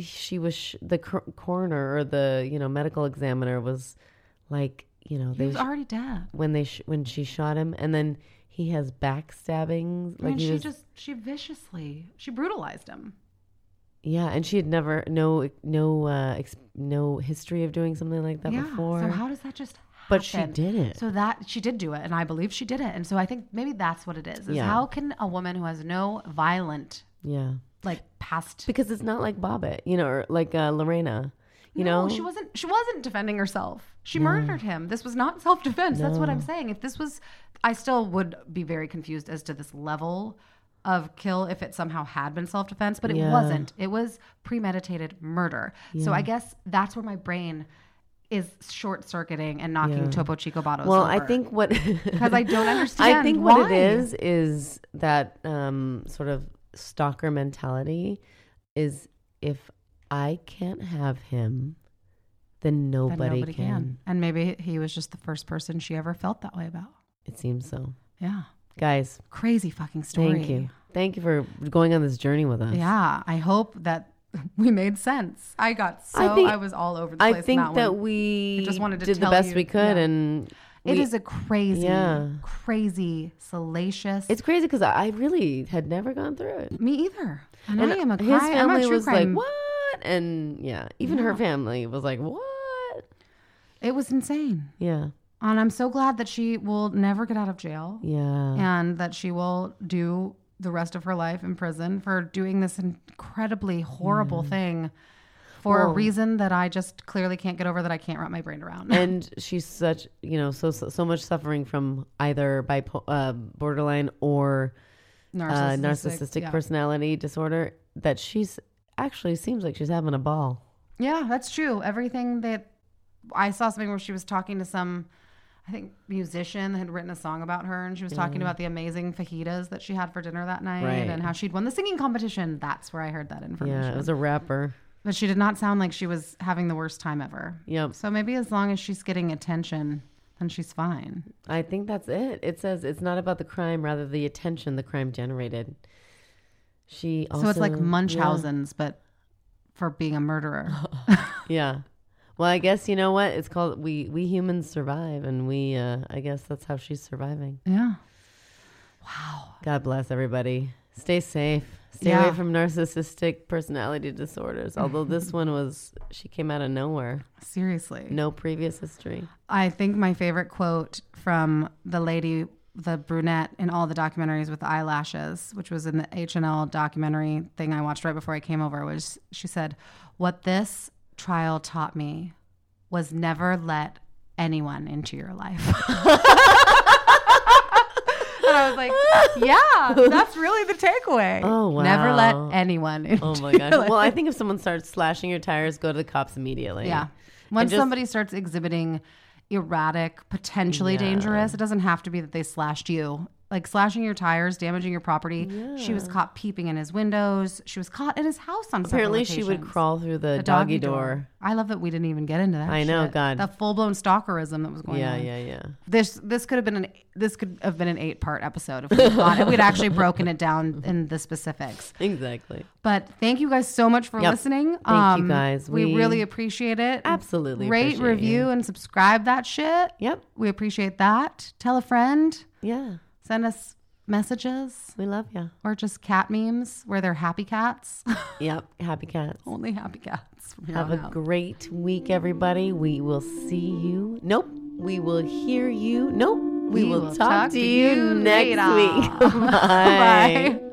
she was sh- the cor- coroner or the you know medical examiner was like you know
He
they
was
sh-
already dead.
when they sh- when she shot him and then he has backstabbings
I mean,
he
she
was-
just she viciously she brutalized him.
Yeah, and she had never no no uh, ex- no history of doing something like that
yeah.
before.
So how does that just? happen?
But she did it.
So that she did do it, and I believe she did it. And so I think maybe that's what it is. Is
Yeah.
how can a woman who has no violent
yeah,
like past?
because it's not like Bobbitt, you know, or like uh, Lorena, you
no,
know.
she wasn't. She wasn't defending herself. She murdered him. This was not self defense. That's what I'm saying. If this was, I still would be very confused as to this level of kill if it somehow had been self defense, but it
Yeah.
wasn't. It was premeditated murder. So I guess that's where my brain is short circuiting and knocking Topo Chico bottles.
well, I think what because
I don't
I
understand
think what
why.
it is is that um, sort of stalker mentality is if I can't have him, then nobody, can.
And maybe he was just the first person she ever felt that way about.
It seems so,
Yeah,
guys.
crazy fucking story.
Thank you, thank you for going on this journey with us.
Yeah, I hope that we made sense. I got so I,
think-
was all over the place.
I
in
think
that,
that,
one.
we
I just wanted to
did the
tell
best
you-
we could,
yeah.
and
it
we-
is a crazy,
Yeah.
crazy, salacious.
It's crazy because I I really had never gone through it.
me either, and,
And
I am a
his
crime. I'm
family
a true
was
crime.
like, "What?" And yeah, even her family was like, "What?"
It was insane,
Yeah,
and I'm so glad that she will never get out of jail,
yeah,
and that she will do the rest of her life in prison for doing this incredibly
Mm.
horrible thing for a reason that I just clearly can't get over. That I can't wrap my brain around.
and she's such you know so so, so much suffering from either bipo- uh, borderline or narcissistic, uh, narcissistic
yeah.
personality disorder that she's actually seems like she's having a ball.
Yeah, that's true. Everything that I saw something where she was talking to some, I think, musician that had written a song about her, and she was talking about the amazing fajitas that she had for dinner that night
Mm. Right.
and how she'd won the singing competition. That's where I heard that information.
Yeah, it was a rapper.
but she did not sound like she was having the worst time ever.
Yep.
So maybe as long as she's getting attention, then she's fine.
I think that's it. It says it's not about the crime, rather the attention the crime generated. She also
so it's like
yeah.
Munchausen's, but for being a murderer.
Yeah. Well, I guess you know what it's called. We we humans survive, and we uh, I guess that's how she's surviving.
yeah.
God bless everybody. Stay safe. Stay
Yeah.
away from narcissistic personality disorders. Although this one was, she came out of nowhere.
Seriously.
No previous history.
I think my favorite quote from the lady, the brunette in all the documentaries with the eyelashes, which was in the H and L documentary thing I watched right before I came over, was she said, "What this trial taught me was never let anyone into your life." and I was like, "Yeah, that's really the takeaway.
Oh,
Never let
wow.
anyone into
Oh my
your
gosh.
life.
Well, I think if someone starts slashing your tires, go to the cops immediately.
Yeah. Once
just-
somebody starts exhibiting erratic, potentially dangerous. It doesn't have to be that they slashed you. Like slashing your tires, damaging your property. She was caught peeping in his windows. She was caught in his house on several
Apparently, she would
occasions.
crawl through the,
The
doggy, door.
I love that we didn't even get into that.
I know,
shit.
God.
that full blown stalkerism that was going
Yeah,
on.
yeah, yeah.
This this could have been an this could have been an eight part episode if we thought if we'd actually broken it down in the specifics.
Exactly.
But thank you guys so much for
Yep.
listening. Um,
Thank you, guys.
We,
We
really appreciate it.
absolutely
rate,
appreciate
review,
you.
and subscribe that shit.
Yep.
We appreciate that. Tell a friend.
Yeah.
Send us messages
We love you.
or just cat memes where they're happy cats.
Yep. Happy cats.
Only happy cats. from here
Have
on
a
out.
great week, everybody. We will see you. Nope. We will hear you. Nope. We, will, talk, to you next
later.
week. Bye.
Bye.